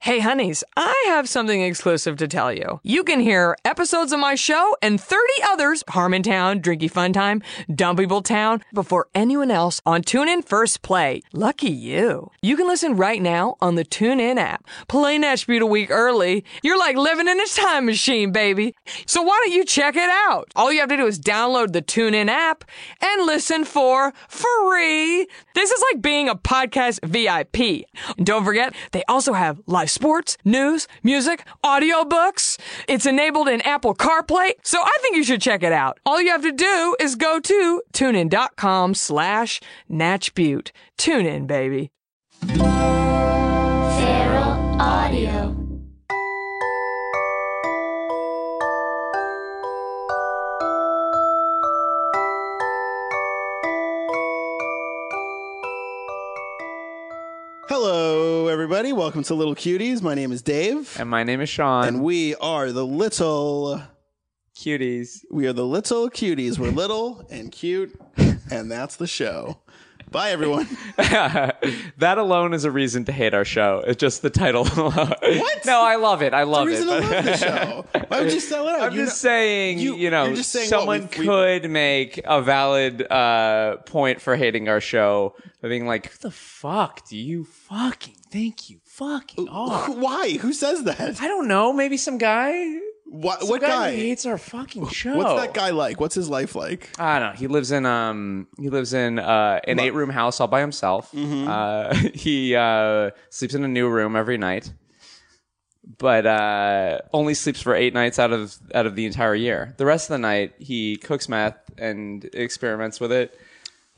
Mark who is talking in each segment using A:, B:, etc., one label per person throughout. A: Hey, honeys, I have something exclusive to tell you. You can hear episodes of my show and 30 others, Harmontown, Drinky Fun Time, Dumb People Town, before anyone else on TuneIn First Play. Lucky you. You can listen right now on the TuneIn app. Play Nashville a week early. You're like living in a time machine, baby. So why don't you check it out? All you have to do is download the TuneIn app and listen for free. This is like being a podcast VIP. And don't forget, they also have live sports, news, music, audiobooks. It's enabled in Apple CarPlay, so I think you should check it out. All you have to do is go to tunein.com slash natchbute. Tune in, baby.
B: Feral Audio.
C: Hello, everybody. Welcome to Little Cuties. My name is Dave,
D: And my name is Sean.
C: and we are the little.
D: cuties.
C: We are the little cuties. We're little and cute, and that's the show. Bye, everyone.
D: that alone is a reason to hate our show. It's just the title alone. What? No, I love it. I love
C: Reason to
D: it.
C: love the show. Why would you sell it out?
D: I'm
C: You
D: just
C: know-
D: saying,
C: you-
D: you, know,
C: you're just saying what
D: someone
C: we- we-
D: could make a valid uh, point for hating our show by being like, "What the fuck do you fucking think you fucking are?"
C: Why? Who says that?
D: I don't know. Maybe some guy.
C: What,
D: some
C: what
D: guy, who
C: guy?
D: hates our fucking show?
C: What's that guy like? What's his life like?
D: I don't know. He lives in um he lives in uh an eight room house all by himself. Uh, he uh sleeps in a new room every night, but uh only sleeps for eight nights out of out of the entire year. The rest of the night he cooks meth and experiments with it.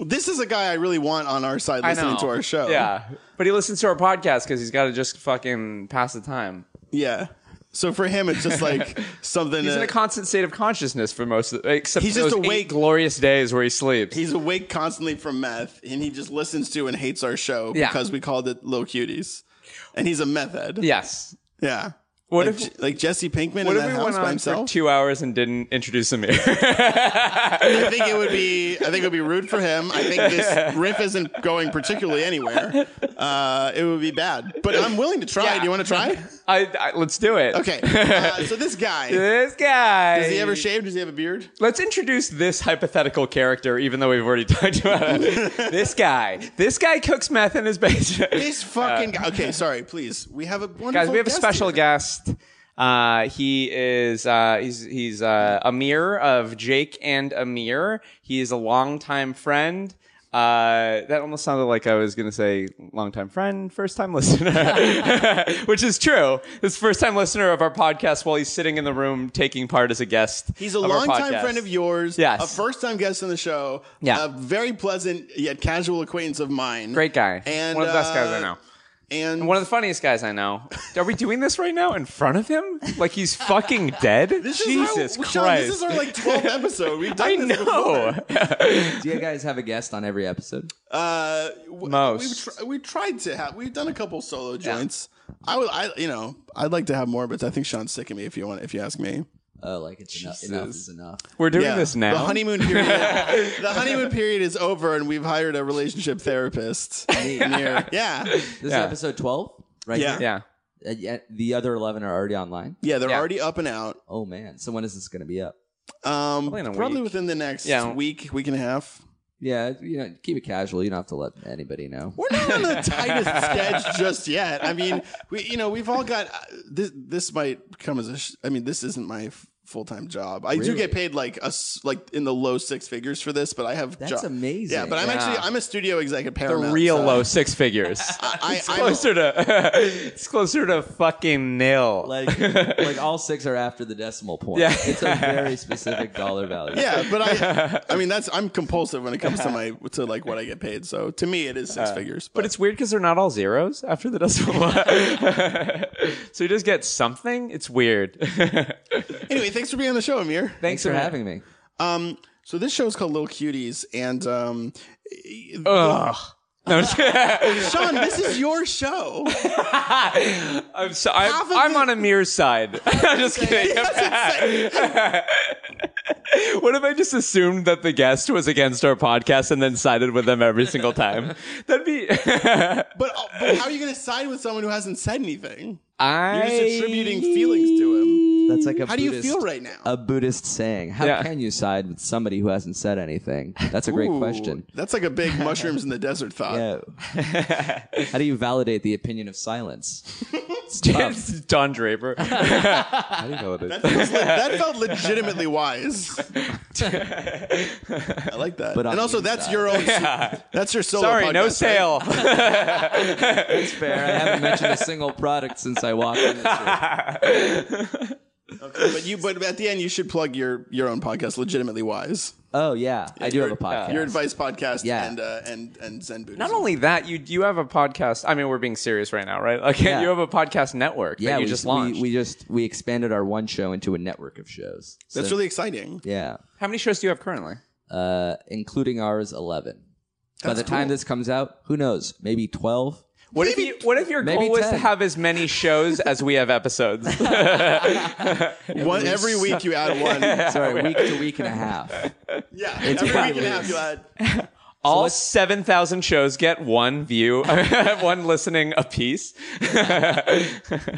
C: This is a guy I really want on our side
D: I
C: listening
D: know.
C: to our show.
D: Yeah, but he listens to our podcast because he's got to just fucking pass the time.
C: Yeah. So for him, it's just like something.
D: He's in a
C: that-
D: constant state of consciousness for most of the, except
C: Uh, He's
D: for
C: just
D: those eight
C: awake.
D: glorious days where he sleeps.
C: He's awake constantly from meth, and he just listens to and hates our show
D: Yeah.
C: because we called it Low Cuties, and he's a meth head.
D: yes.
C: yeah.
D: What
C: like,
D: if-
C: Je- like Jesse Pinkman in
D: What
C: that
D: if we
C: house
D: went
C: by
D: on for
C: himself?
D: two hours and didn't introduce Amir?
C: I think it would be. I think it would be rude for him. I think this riff isn't going particularly anywhere. Uh, it would be bad, but I'm willing to try.
D: Yeah.
C: Do you want to try?
D: I, I let's do it.
C: Okay. Uh, so this guy
D: This guy.
C: has he ever shaved? Does he have a beard?
D: Let's introduce this hypothetical character, even though we've already talked about it. this guy. This guy cooks meth in his basement.
C: This fucking guy. Uh, Okay, sorry. Please, we have a wonderful
D: Guys, we have a
C: guest
D: special
C: here.
D: guest. Uh, he is uh, he's he's uh, Amir of Jake and Amir. He is a longtime friend. Uh, that almost sounded like I was gonna say longtime friend, first time listener, which is true. This first time listener of our podcast while he's sitting in the room taking part as a guest.
C: He's a
D: of our
C: longtime
D: podcast.
C: friend of yours.
D: Yes.
C: A first time guest on the show.
D: Yeah.
C: A very pleasant yet casual acquaintance of mine.
D: Great guy.
C: And
D: one of the best guys
C: uh,
D: I know.
C: And
D: And one of the funniest guys I know. Are we doing this right now in front of him? Like he's fucking dead?
C: this
D: Jesus
C: is our,
D: Christ.
C: Sean, this is our like 12th episode. We've done
D: I
C: this
D: know.
C: before.
E: Do you guys have a guest on every episode?
C: Uh, w-
D: Most.
C: We've tr- we tried to have. We've done a couple solo joints. I would. I you know. I'd like to have more, but I think Sean's sick of me. If you want, if you ask me.
E: Oh, like it's enough, enough is enough.
D: We're doing
C: Yeah.
D: this now.
C: The honeymoon period. the honeymoon period is over, and we've hired a relationship therapist. Amir. yeah.
E: This
D: Yeah.
E: is episode 12, right?
C: Yeah.
D: Yeah.
E: here? And yet the other 11 are already online.
C: Yeah. They're
D: Yeah.
C: already up and out.
E: Oh, man. So when is this going to be up?
C: Um,
D: Probably in a
C: probably
D: week.
C: within the next
D: Yeah.
C: week, week and a half.
E: Yeah, you know, keep it casual. You don't have to let anybody know.
C: We're not on the tightest sketch just yet. I mean, we you know we've all got uh, this. This might come as a. Sh- I mean, this isn't my full time job. I do
E: Really?
C: get paid like a s- like in the low six figures for this, but I have
E: That's
C: jo-
E: amazing.
C: Yeah, but I'm
D: Yeah.
C: actually I'm a studio exec at
D: The
E: uh,
C: Paramount.
D: real
C: so
D: low six figures.
C: I,
D: it's
C: I'm-
D: closer to it's closer to fucking nil.
E: Like, like all six are after the decimal point.
D: Yeah.
E: It's a very specific dollar value.
C: yeah, but I I mean that's I'm compulsive when it comes to my to like what I get paid. So to me, it is six figures.
D: Uh, but it's weird because they're not all zeros after the decimal. so you just get something. It's weird.
C: anyway, thanks for being on the show, Amir.
E: Thanks for having me.
C: So this show is called Little Cuties, and um,
D: Ugh. No, I'm just-
C: Sean, this is your show.
D: I'm, so, I'm,
C: Half of
D: I'm
C: the-
D: on Amir's side. I'm just kidding. What if I just assumed that the guest was against our podcast and then sided with them every single time? That'd be.
C: But, uh, but how are you going to side with someone who hasn't said anything?
D: I...
C: You're just attributing feelings to him.
E: That's like a
C: How do you feel right now?
E: A Buddhist saying. How
D: Yeah.
E: can you side with somebody who hasn't said anything? That's a great
C: Ooh,
E: question.
C: That's like a big mushrooms in the desert thought.
E: Yeah. How do you validate the opinion of silence? It's tough.
D: It's Don Draper.
E: How do you validate?
C: That, feels le- that felt legitimately wise. I like that.
E: But on
C: and
E: the
C: also, that's your own. That's your solo.
D: Sorry, no
C: podcast, right?
D: sale.
E: fair. I haven't mentioned a single product since I walked in this room.
C: But you. But at the end, you should plug your your own podcast, legitimately wise.
E: Oh yeah, I do
C: Your-
E: have a podcast.
C: Your advice podcast.
E: Yeah.
C: And uh, and and Zen Buddhism.
D: Not only that, you you have a podcast. I mean, we're being serious right now, right? Like,
E: Yeah.
D: you have a podcast network that you
E: we,
D: just
E: we-
D: launched.
E: We, just we expanded our one show into a network of shows. So,
C: That's really exciting.
E: yeah,
D: How many shows do you have currently?
E: uh, including ours eleven. By
C: That's
E: the time
C: cool.
E: this comes out, who knows? Maybe twelve.
D: What if you, what if your
E: maybe
D: goal was to
E: 10.
D: have as many shows as we have episodes?
C: One, every week you add one.
E: Sorry, week to week and a half.
C: Yeah. every week and
E: probably-
C: a half you add.
D: All seven thousand shows get one view, one listening apiece.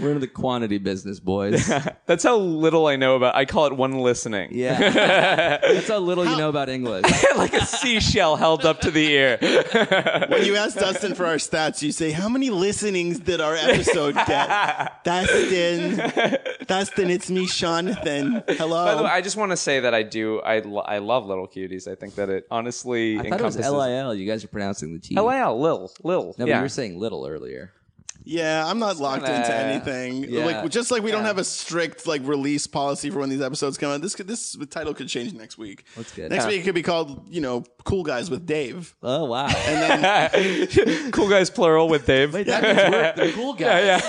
E: We're in the quantity business, boys.
D: That's how little I know about. I call it one listening.
E: Yeah, that's how little you know about English.
D: like a seashell held up to the ear.
C: When you ask Dustin for our stats, you say, How many listenings did our episode get? Dustin. Dustin, it's me, Jonathan. Hello.
D: By the way, I just want to say that I do. I lo- I love little cuties. I think that it honestly
E: I thought it was
D: encompasses.
E: LIL. You guys are pronouncing the T.
D: LIL, Lil, Lil.
E: No, but
D: yeah.
E: you were saying little earlier.
C: yeah, I'm not locked into
D: kinda-
C: anything.
E: Yeah.
C: Like just like we don't have a strict like release policy for when these episodes come out. This could, this title could change next week.
E: That's good.
C: Next
E: Yeah.
C: week it could be called, you know, Cool Guys with Dave.
E: Oh wow!
D: cool guys plural with Dave.
E: that means we're the cool guys.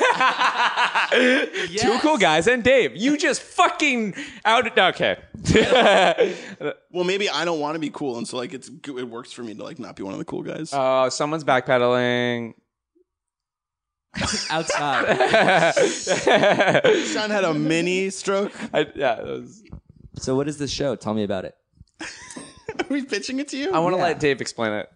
D: Two cool guys and Dave. You just fucking out. Okay.
C: Well, maybe I don't want to be cool, and so like it's it works for me to like not be one of the cool guys.
D: Oh, someone's backpedaling.
E: Outside.
C: Sean had a mini stroke.
D: I, yeah, that was-
E: So what is this show? Tell me about it.
C: Are we pitching it to you?
D: I want to
E: Yeah.
D: let Dave explain it.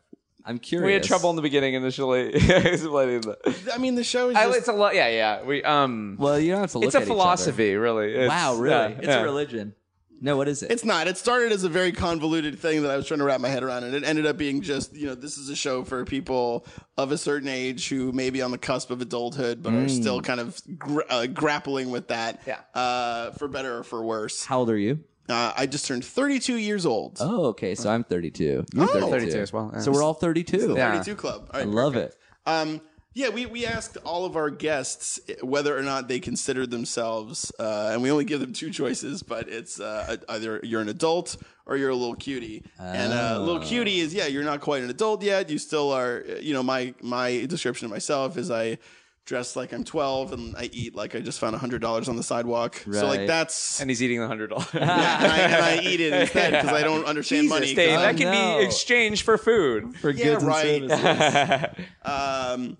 E: I'm curious.
D: We had trouble in the beginning initially. explaining the-
C: I mean, the show is.
D: I-
C: just-
D: it's a lot. Yeah, yeah. We um.
E: Well, you don't have to look
D: it's
E: at
D: a
E: each other.
D: philosophy, really. It's-
E: Wow, really?
D: yeah,
E: it's
D: yeah.
E: a religion. No, what is it?
C: It's not. It started as a very convoluted thing that I was trying to wrap my head around, and it ended up being just you know this is a show for people of a certain age who may be on the cusp of adulthood but are
E: Mm.
C: still kind of gr- uh, grappling with that.
D: Yeah.
C: Uh, for better or for worse.
E: How old are you?
C: Uh, I just turned 32 years old.
E: Oh, okay. So I'm 32. You're 32.
D: 32 Oh, as well, yeah.
E: So we're all 32.
D: Yeah.
C: 32 Club. All right,
E: I love it.
C: Um, yeah, we, we asked all of our guests whether or not they considered themselves, uh, and we only give them two choices, but it's uh, either you're an adult or you're a little cutie. And uh,
D: Ah.
C: little cutie is, yeah, you're not quite an adult yet. You still are, you know, my, my description of myself is I dress like I'm 12 and I eat like I just found $100 on the sidewalk. So, like,
E: Right.
C: that's.
D: And he's eating the hundred dollars.
E: Uh-huh.
C: and, I, and I eat it instead because I don't understand money.
D: Jesus, Dave,
E: Oh,
D: that can
E: no.
D: be exchanged for food.
E: For
C: Yeah,
E: goods
C: right.
E: and services.
C: Um,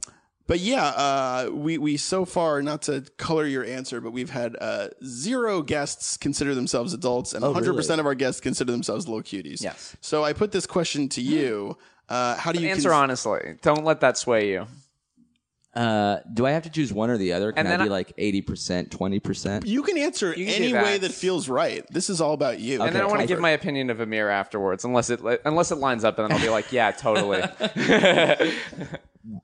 C: but yeah, uh, we we so far not to color your answer, but we've had uh, zero guests consider themselves adults, and 100 percent
E: really?
C: of our guests consider themselves low cuties.
D: Yes.
C: So I put this question to you: uh, How do you
D: Answer
C: cons-
D: honestly. Don't let that sway you.
E: uh, do I have to choose one or the other? Can
D: And
E: I
D: then
E: be
D: I-
E: like 80%, 20%?
C: You can answer
D: can do
C: any
D: that.
C: way that feels right. This is all about you.
D: And then I want to give my opinion of Amir afterwards, unless it unless it lines up, and then I'll be like, yeah, totally.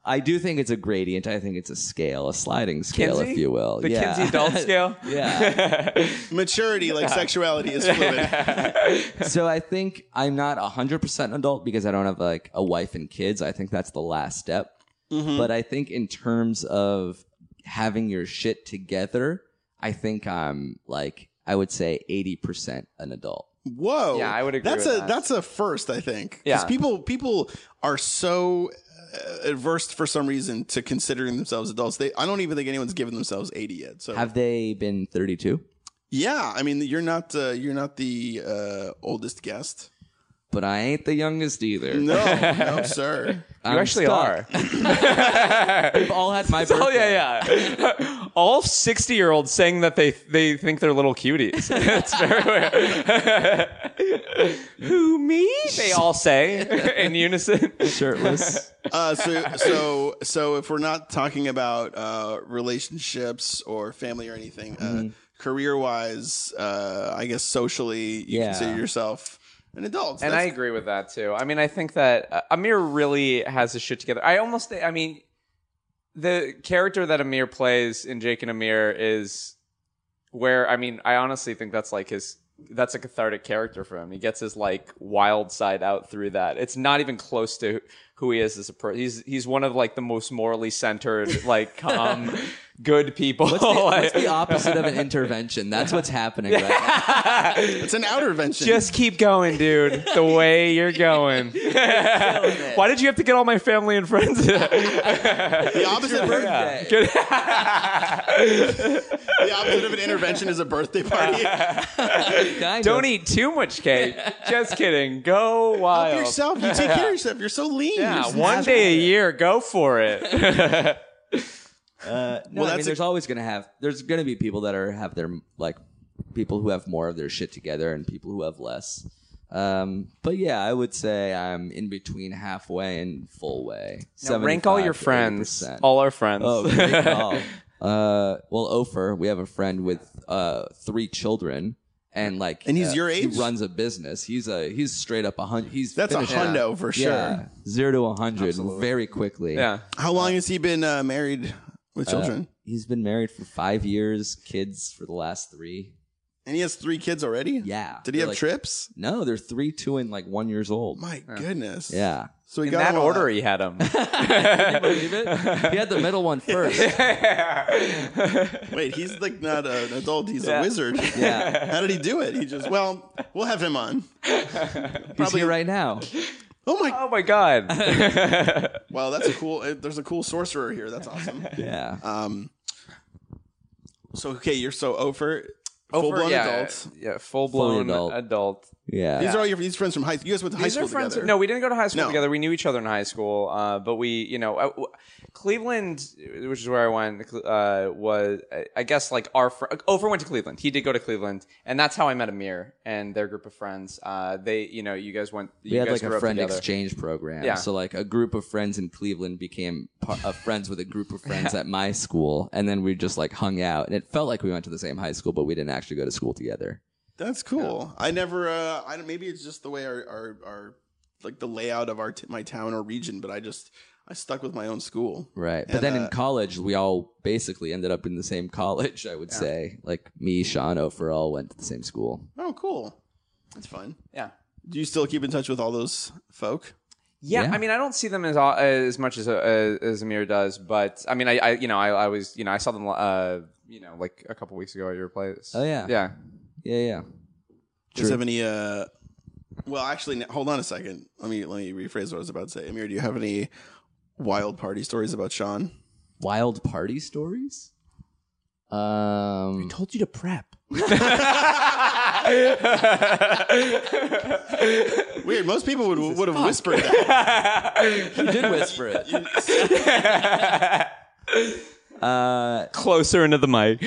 E: I do think it's a gradient. I think it's a scale, a sliding scale,
D: Kinsey?
E: if you will.
D: The
E: yeah.
D: Kinsey adult scale.
E: yeah.
C: maturity, like sexuality, is fluid.
E: So I think I'm not 100% adult because I don't have like a wife and kids. I think that's the last step.
D: Mm-hmm.
E: But I think in terms of having your shit together, I think I'm like I would say 80% an adult.
C: Whoa.
D: Yeah, I would agree
C: That's
D: with
C: a
D: that.
C: that's a first, I think.
D: Yeah.
C: people people are so uh, averse for some reason to considering themselves adults. They I don't even think anyone's given themselves 80 yet. So
E: Have they been 32?
C: yeah, I mean you're not uh, you're not the uh, oldest guest.
E: But I ain't the youngest either.
C: No, no sir.
D: You actually
E: stuck.
D: are.
E: We've all had my birthday.
D: Oh yeah, yeah. all 60 year olds saying that they they think they're little cuties. it's very weird. Who me? They all say in unison.
E: shirtless.
C: Uh, so, so, so if we're not talking about uh, relationships or family or anything,
D: Mm-hmm.
C: uh, career-wise, uh, I guess socially, you
E: Yeah.
C: consider yourself an adult.
D: And I
C: That's-
D: agree with that too. I mean, I think that uh, Amir really has his shit together. I almost, think, I mean, the character that Amir plays in Jake and Amir is where I mean, I honestly think that's like his. That's a cathartic character for him. He gets his like wild side out through that. It's not even close to who he is as a person. He's he's one of like the most morally centered, like calm, good people.
E: What's the, what's the opposite of an intervention? That's what's happening right now.
C: it's an outervention.
D: Just keep going, dude. The way you're going. Why did you have to get all my family and friends?
C: the opposite. Of, the
D: Good.
C: opposite of an intervention is a birthday party.
E: Kind
D: Don't
E: of.
D: eat too much cake. Just kidding. Go wild.
C: Help yourself. You take care of yourself. You're so lean. You're
D: Yeah,
C: so-
D: one day a year, go for it.
E: No,
C: Well,
E: I mean,
C: that's a-
E: there's always gonna have there's gonna be people that are have their like people who have more of their shit together and people who have less. Um, but yeah, I would say I'm in between halfway and full way.
D: Now rank all your
E: 75 to
D: friends,
E: 80%.
D: all our friends.
E: Oh, great call. Uh, well, Ofer, we have a friend with uh three children, and like,
C: And he's
E: uh,
C: your age?
E: He runs a business. He's a he's straight up a hundred. He's
C: That's a
E: finishing up.
C: hundo for
E: Yeah,
C: sure.
E: zero to a hundred very quickly.
D: yeah.
C: How long has he been uh, married with children?
E: he's been married for five years, kids for the last three.
C: and he has three kids already.
E: Yeah,
C: Did he
E: They're
C: have
E: like-
C: trips?
E: No, they're three, two, and like one years old.
C: My goodness.
E: yeah.
C: So he
D: In
C: got
D: that
C: him all
D: order, he had them.
E: Believe it? He had the middle one first.
C: Wait, he's like not an adult. He's a wizard.
E: Yeah.
C: How did he do it? He just well, we'll have him on.
E: He's here right now.
C: Oh my!
D: oh my god.
C: Wow, that's a cool. uh, There's a cool sorcerer here. That's awesome.
E: Yeah.
C: Um. So okay, you're so over.
D: Over-
C: Full blown
D: yeah,
C: adults.
D: Yeah, full blown
E: adult.
D: adult.
E: yeah.
C: These are all your these friends from high. You guys went to high
D: These
C: school
D: are friends.
C: together.
D: No, we didn't go to high school
C: No.
D: together. We knew each other in high school, uh, but we, you know, uh, w- Cleveland, which is where I went, uh, was I- I guess like our fr- Ofer went to Cleveland. He did go to Cleveland, and that's how I met Amir and their group of friends. Uh, they, you know, you guys went. You
E: we had
D: guys
E: like
D: grew
E: a
D: up
E: friend
D: together.
E: exchange program.
D: Yeah.
E: So like a group of friends in Cleveland became par- uh, friends with a group of friends at my school, and then we just like hung out, and it felt like we went to the same high school, but we didn't actually go to school together.
C: That's cool. I never. Uh, I don't- maybe it's just the way our, our our like the layout of our t- my town or region, but I just I stuck with my own school.
E: Right. But
C: And,
E: then
C: uh,
E: in college, we all basically ended up in the same college. I would say like me, Sean, Ofer all went to the same school.
C: Oh, cool. That's fun.
D: yeah.
C: Do you still keep in touch with all those folk?
D: Yeah,
E: Yeah.
D: I mean, I don't see them as au- as much as uh, as Amir does, but I mean, I, I you know, I, I was, you know, I saw them, uh, you know, like a couple weeks ago at your place.
E: Oh, yeah.
D: yeah.
E: Yeah. Yeah.
C: Do you have any? Uh, well, actually, n- hold on a second. Let me let me rephrase what I was about to say. Amir, do you have any wild party stories about Sean?
E: Wild party stories. Um.
D: Told you to prep.
C: Weird. Most people would would have whispered that.
E: You did whisper it.
D: Closer into the mic.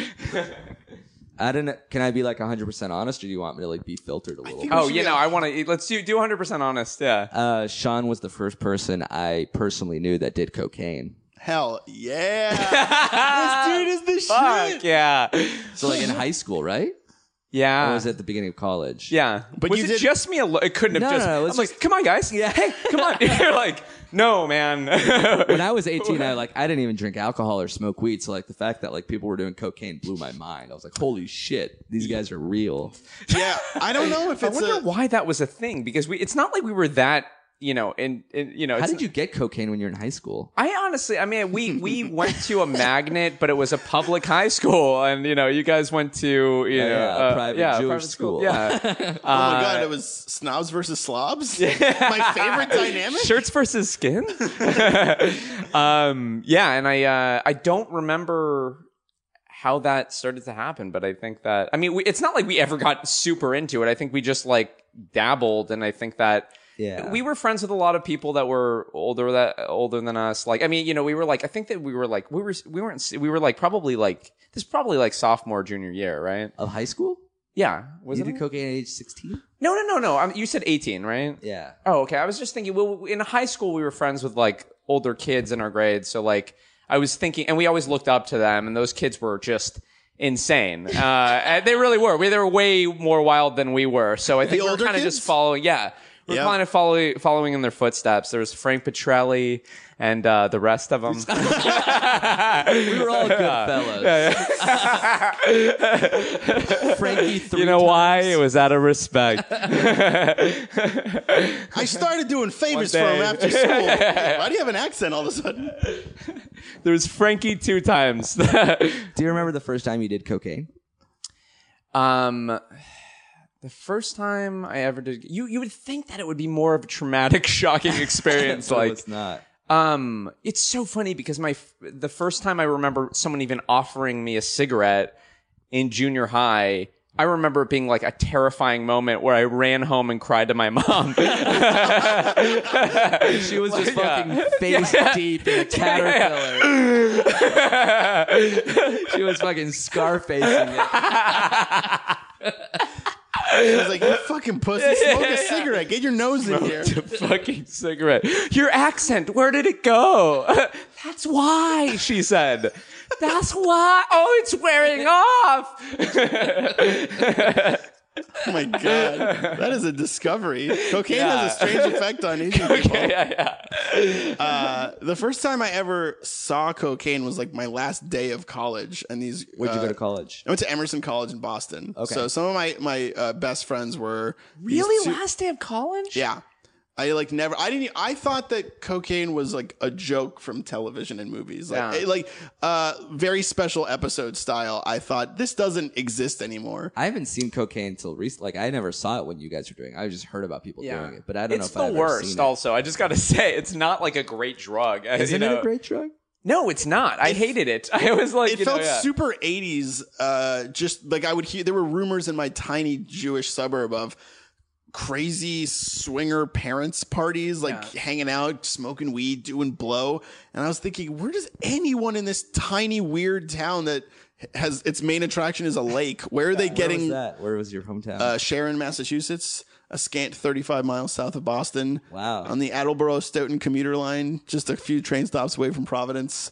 E: I don't know. Can I be like 100% honest, or do you want me to like be filtered a little?
C: think-
E: bit?
D: Oh, you know, I want to. Let's do do 100 percent honest. Yeah.
E: Uh, Sean was the first person I personally knew that did cocaine.
C: Hell yeah! this dude is the
D: Fuck yeah.
E: So like in high school, right?
D: Yeah.
E: Or was it at the beginning of college?
D: Yeah.
C: But
D: was
C: you
D: it
C: did-
D: just me alone? It couldn't have
E: No,
D: just.
E: no, no, it
D: I'm
E: was
D: like, come on, guys. Yeah. Hey, come on. You're like, no, man.
E: When I was 18, I like I didn't even drink alcohol or smoke weed. So like the fact that like people were doing cocaine blew my mind. I was like, holy shit, these guys are real.
C: shit. Yeah, I don't know if
D: I
C: it's.
D: wonder
C: a,
D: why that was a thing because we. It's not like we were that. You know, and, and you know,
E: How
D: it's
E: did you get cocaine when you're in high school?
D: I honestly, I mean, we we went to a magnet, but it was a public high school, and you know, you guys went to you know
E: Oh, yeah,
D: uh,
E: private
D: yeah,
E: Jewish
D: private
E: school.
D: yeah,
C: Oh my
D: Uh,
C: god, it was snobs versus slobs. my favorite dynamic.
D: shirts versus skin. um, yeah, and I uh, I don't remember how that started to happen, but I think that I mean, we, it's not like we ever got super into it. I think we just like dabbled, and I think that
E: Yeah.
D: we were friends with a lot of people that were older that older than us. Like, I mean, you know, we were like, I think that we were like, we were we weren't we were like probably like this is probably like sophomore junior year, right?
E: Of high school?
D: Yeah, was
E: You
D: it?
E: did cocaine at age 16?
D: no, no, no, no. I'm, you said eighteen, right?
E: Yeah.
D: Oh, okay. I was just thinking. Well, in high school, we were friends with like older kids in our grade, so like I was thinking, and we always looked up to them, and those kids were just insane. Uh, and they really were. We, they were way more wild than we were. So I think
C: The
D: we we're
C: older
D: kind of just
C: kids?
D: following. Yeah, we we're
C: Yeah.
D: kind of follow, following in their footsteps. There was Frank Petrelli and uh, the rest of them.
E: We were all good fellows. Frankie three
D: you know why?
E: times.
D: It was out of respect.
C: I started doing favors for
D: One
C: him
D: day.
C: after school. Why do you have an accent all of a sudden?
D: there was Frankie two times.
E: Do you remember the first time you did cocaine?
D: Um, the first time I ever did, you you would think that it would be more of a traumatic, shocking experience.
E: But
D: like,
E: it's not.
D: um, it's so funny because my f- the first time I remember someone even offering me a cigarette in junior high. I remember it being like a terrifying moment where I ran home and cried to my mom.
E: She was just
D: yeah.
E: fucking face deep in a caterpillar. she was fucking scarfacing it.
C: I was like, you fucking pussy, smoke a cigarette. Get your nose in here.
D: the fucking cigarette. Your accent, where did it go? That's why, she said. That's why. Oh, it's wearing off.
C: Oh my god, that is a discovery. Cocaine has a strange effect on Asian people.
D: okay, yeah, yeah.
C: Uh, the first time I ever saw cocaine was like my last day of college, and these.
E: Where'd you
C: uh,
E: go to college?
C: I went to Emerson College in Boston.
E: Okay.
C: So some of my my uh, best friends were these
D: Really,
C: two-
D: last day of college?
C: Yeah. I like never. I didn't. e, I thought that cocaine was like a joke from television and movies, like
D: Yeah.
C: it- like uh, very special episode style. I thought this doesn't exist anymore.
E: I haven't seen cocaine until recently. Like I never saw it when you guys were doing. it. I just heard about people
D: Yeah.
E: doing it, but I don't
D: it's
E: know if
D: the
E: I've
D: worst.
E: ever seen
D: also, I just got to say, it's not like a great drug.
E: it. Isn't it a great drug?
D: No, it's not. I hated it. I was like,
C: It
D: you know,
C: felt
D: yeah.
C: super '80s. Uh, just like I would hear, there were rumors in my tiny Jewish suburb of crazy swinger parents parties, like hanging out, smoking weed, doing blow. And I was thinking, where does anyone in this tiny weird town that has its main attraction is a lake? Where are they
E: Where was
C: getting?
E: that? Where was your hometown?
C: uh, Sharon, Massachusetts, a scant 35 miles south of Boston.
E: Wow.
C: On the Attleboro Stoughton commuter line, just a few train stops away from Providence.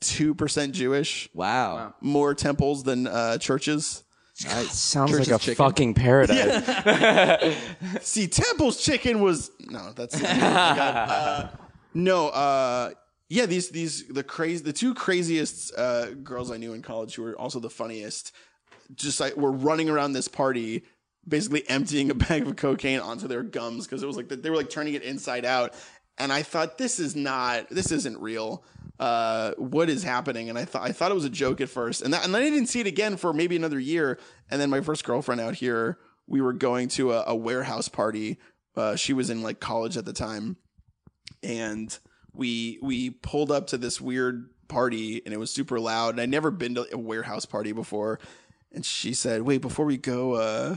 C: 72% Jewish,
E: wow.
C: more temples than uh, churches.
D: Sounds
E: Church's
D: like a
E: chicken.
D: fucking paradise.
C: See, temples chicken was. No, that's. oh my God. Uh, no, uh, yeah, these, these, the crazy, the two craziest uh, girls I knew in college who were also the funniest, just like were running around this party basically emptying a bag of cocaine onto their gums because it was like they were like turning it inside out and i thought this is not this isn't real uh what is happening and i thought i thought it was a joke at first and that and then i didn't see it again for maybe another year and then my first girlfriend out here we were going to a, a warehouse party uh she was in like college at the time and we we pulled up to this weird party and it was super loud and I'd never been to a warehouse party before and she said wait before we go uh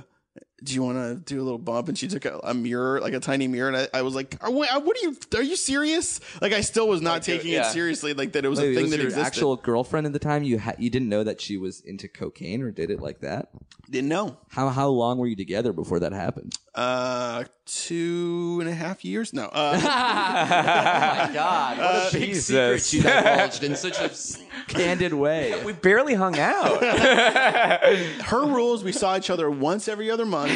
C: do you want to do a little bump and she took a, a mirror like a tiny mirror and I, I was like are, what are you are you serious like I still was not taking
D: yeah.
C: it seriously like that it was
E: Wait,
C: a thing
E: was
C: that
E: your
C: existed
E: actual girlfriend at the time you ha- you didn't know that she was into cocaine or did it like that?
C: didn't know
E: How how long were you together before that happened?
C: uh two and a half years no uh
E: God, what a big
D: Jesus.
E: secret she divulged in such a s- candid way.
D: we barely hung out.
C: her rules we saw each other once every other month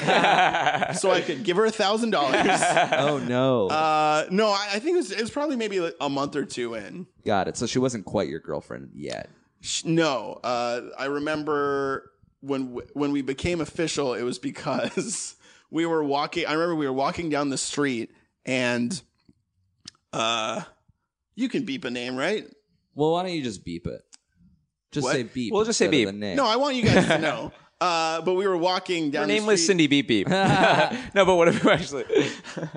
C: so I could give her a thousand dollars
E: Oh no,
C: Uh, no, I, I think it was, it was probably maybe like a month or two in.
E: got it. So she wasn't quite your girlfriend yet.
C: Sh- No, uh, I remember when w- when we became official, it was because we were walking. I remember we were walking down the street, and uh, you can beep a name, right?
E: Well, why don't you just beep it? Just
C: What?
E: say beep.
D: We'll just say
E: instead of
D: beep.
E: the name.
C: No, I want you guys to know. Uh, but we were walking down
D: Her
C: the
D: name was
C: street-
D: Cindy Beep Beep. no, but what if actually?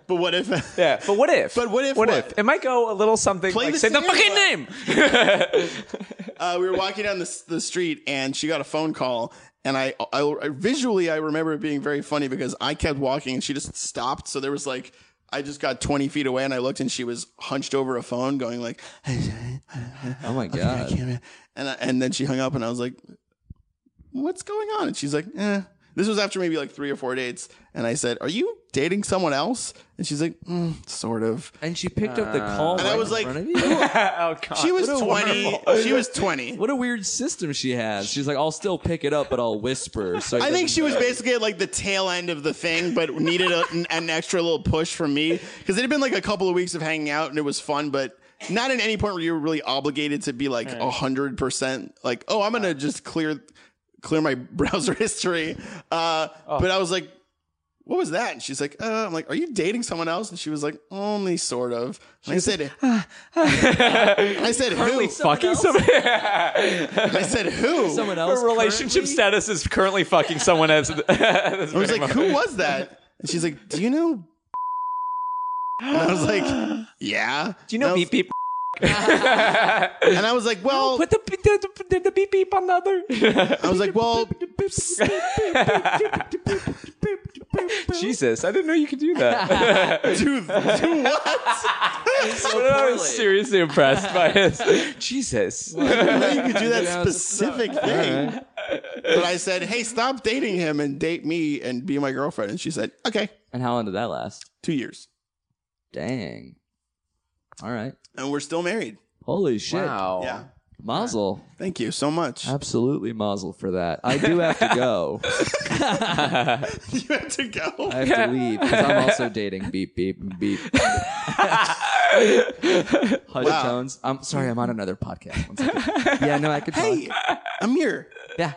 C: But what if?
D: Yeah, but what if?
C: But what if
D: What,
C: what?
D: if? It might go a little something
C: Play
D: like
C: the
D: say the
C: scenario
D: fucking name.
C: uh, we were walking down the, the street and she got a phone call and I, I, I- visually i remember it being very funny because i kept walking and she just stopped so there was like i just got 20 feet away and i looked and she was hunched over a phone going like
E: Oh my
C: I
E: god.
C: can't, and, I, and then she hung up and i was like what's going on and she's like eh. this was after maybe like three or four dates and i said are you dating someone else and she's like mm, sort of
E: And she picked up the
D: Uh,
E: call.
C: And I
E: right
C: was
E: in
C: like-
E: front of you?
D: oh god.
C: she was
D: What a
C: 20
D: wonderful-
C: she was 20
E: what a weird system she has. She's like, I'll still pick it up, but I'll whisper. So it
C: I think
E: doesn't
C: she was
E: matter.
C: basically at like the tail end of the thing, but needed a, an, an extra little push from me because it had been like a couple of weeks of hanging out and it was fun, but not at any point where you were really obligated to be like a hundred percent like, oh, I'm gonna just clear clear my browser history. Uh,
E: Oh.
C: But I was like, what was that? And she's like, uh, I'm like, are you dating someone else? And she was like, only sort of. And I said,
E: "Ah,
C: and I said who?
D: fucking somebody.
C: I said who?
E: someone else.
D: Her relationship
E: currently?
D: status is currently fucking someone else.
C: I was like, who was that? And she's like, do you know? And I was like, yeah.
D: Do you know
C: and I was,
D: beep beep?
C: And I was like, well,
D: Put the, the, the, the beep beep on the other.
C: I was like, well,
D: Jesus, I didn't know you could do that.
C: do, do what?
D: I was seriously impressed by this. Jesus.
C: I didn't know you could do
E: Yeah,
C: that
E: that's
C: specific thing. But I said, hey, stop dating him and date me and be my girlfriend. And she said, okay,
E: And how long did that last?
C: two years,
E: Dang. All right.
C: and we're still married.
E: Holy shit.
C: Yeah.
E: Mazel.
C: Thank you so much.
E: Absolutely mazel for that. I do have to go.
C: you have to go.
E: I have to leave because I'm also dating beep beep beep. Hush
C: Wow.
E: tones. I'm sorry. I'm on another podcast. One second. yeah, no, I could talk.
C: Hey, Amir,
E: Yeah,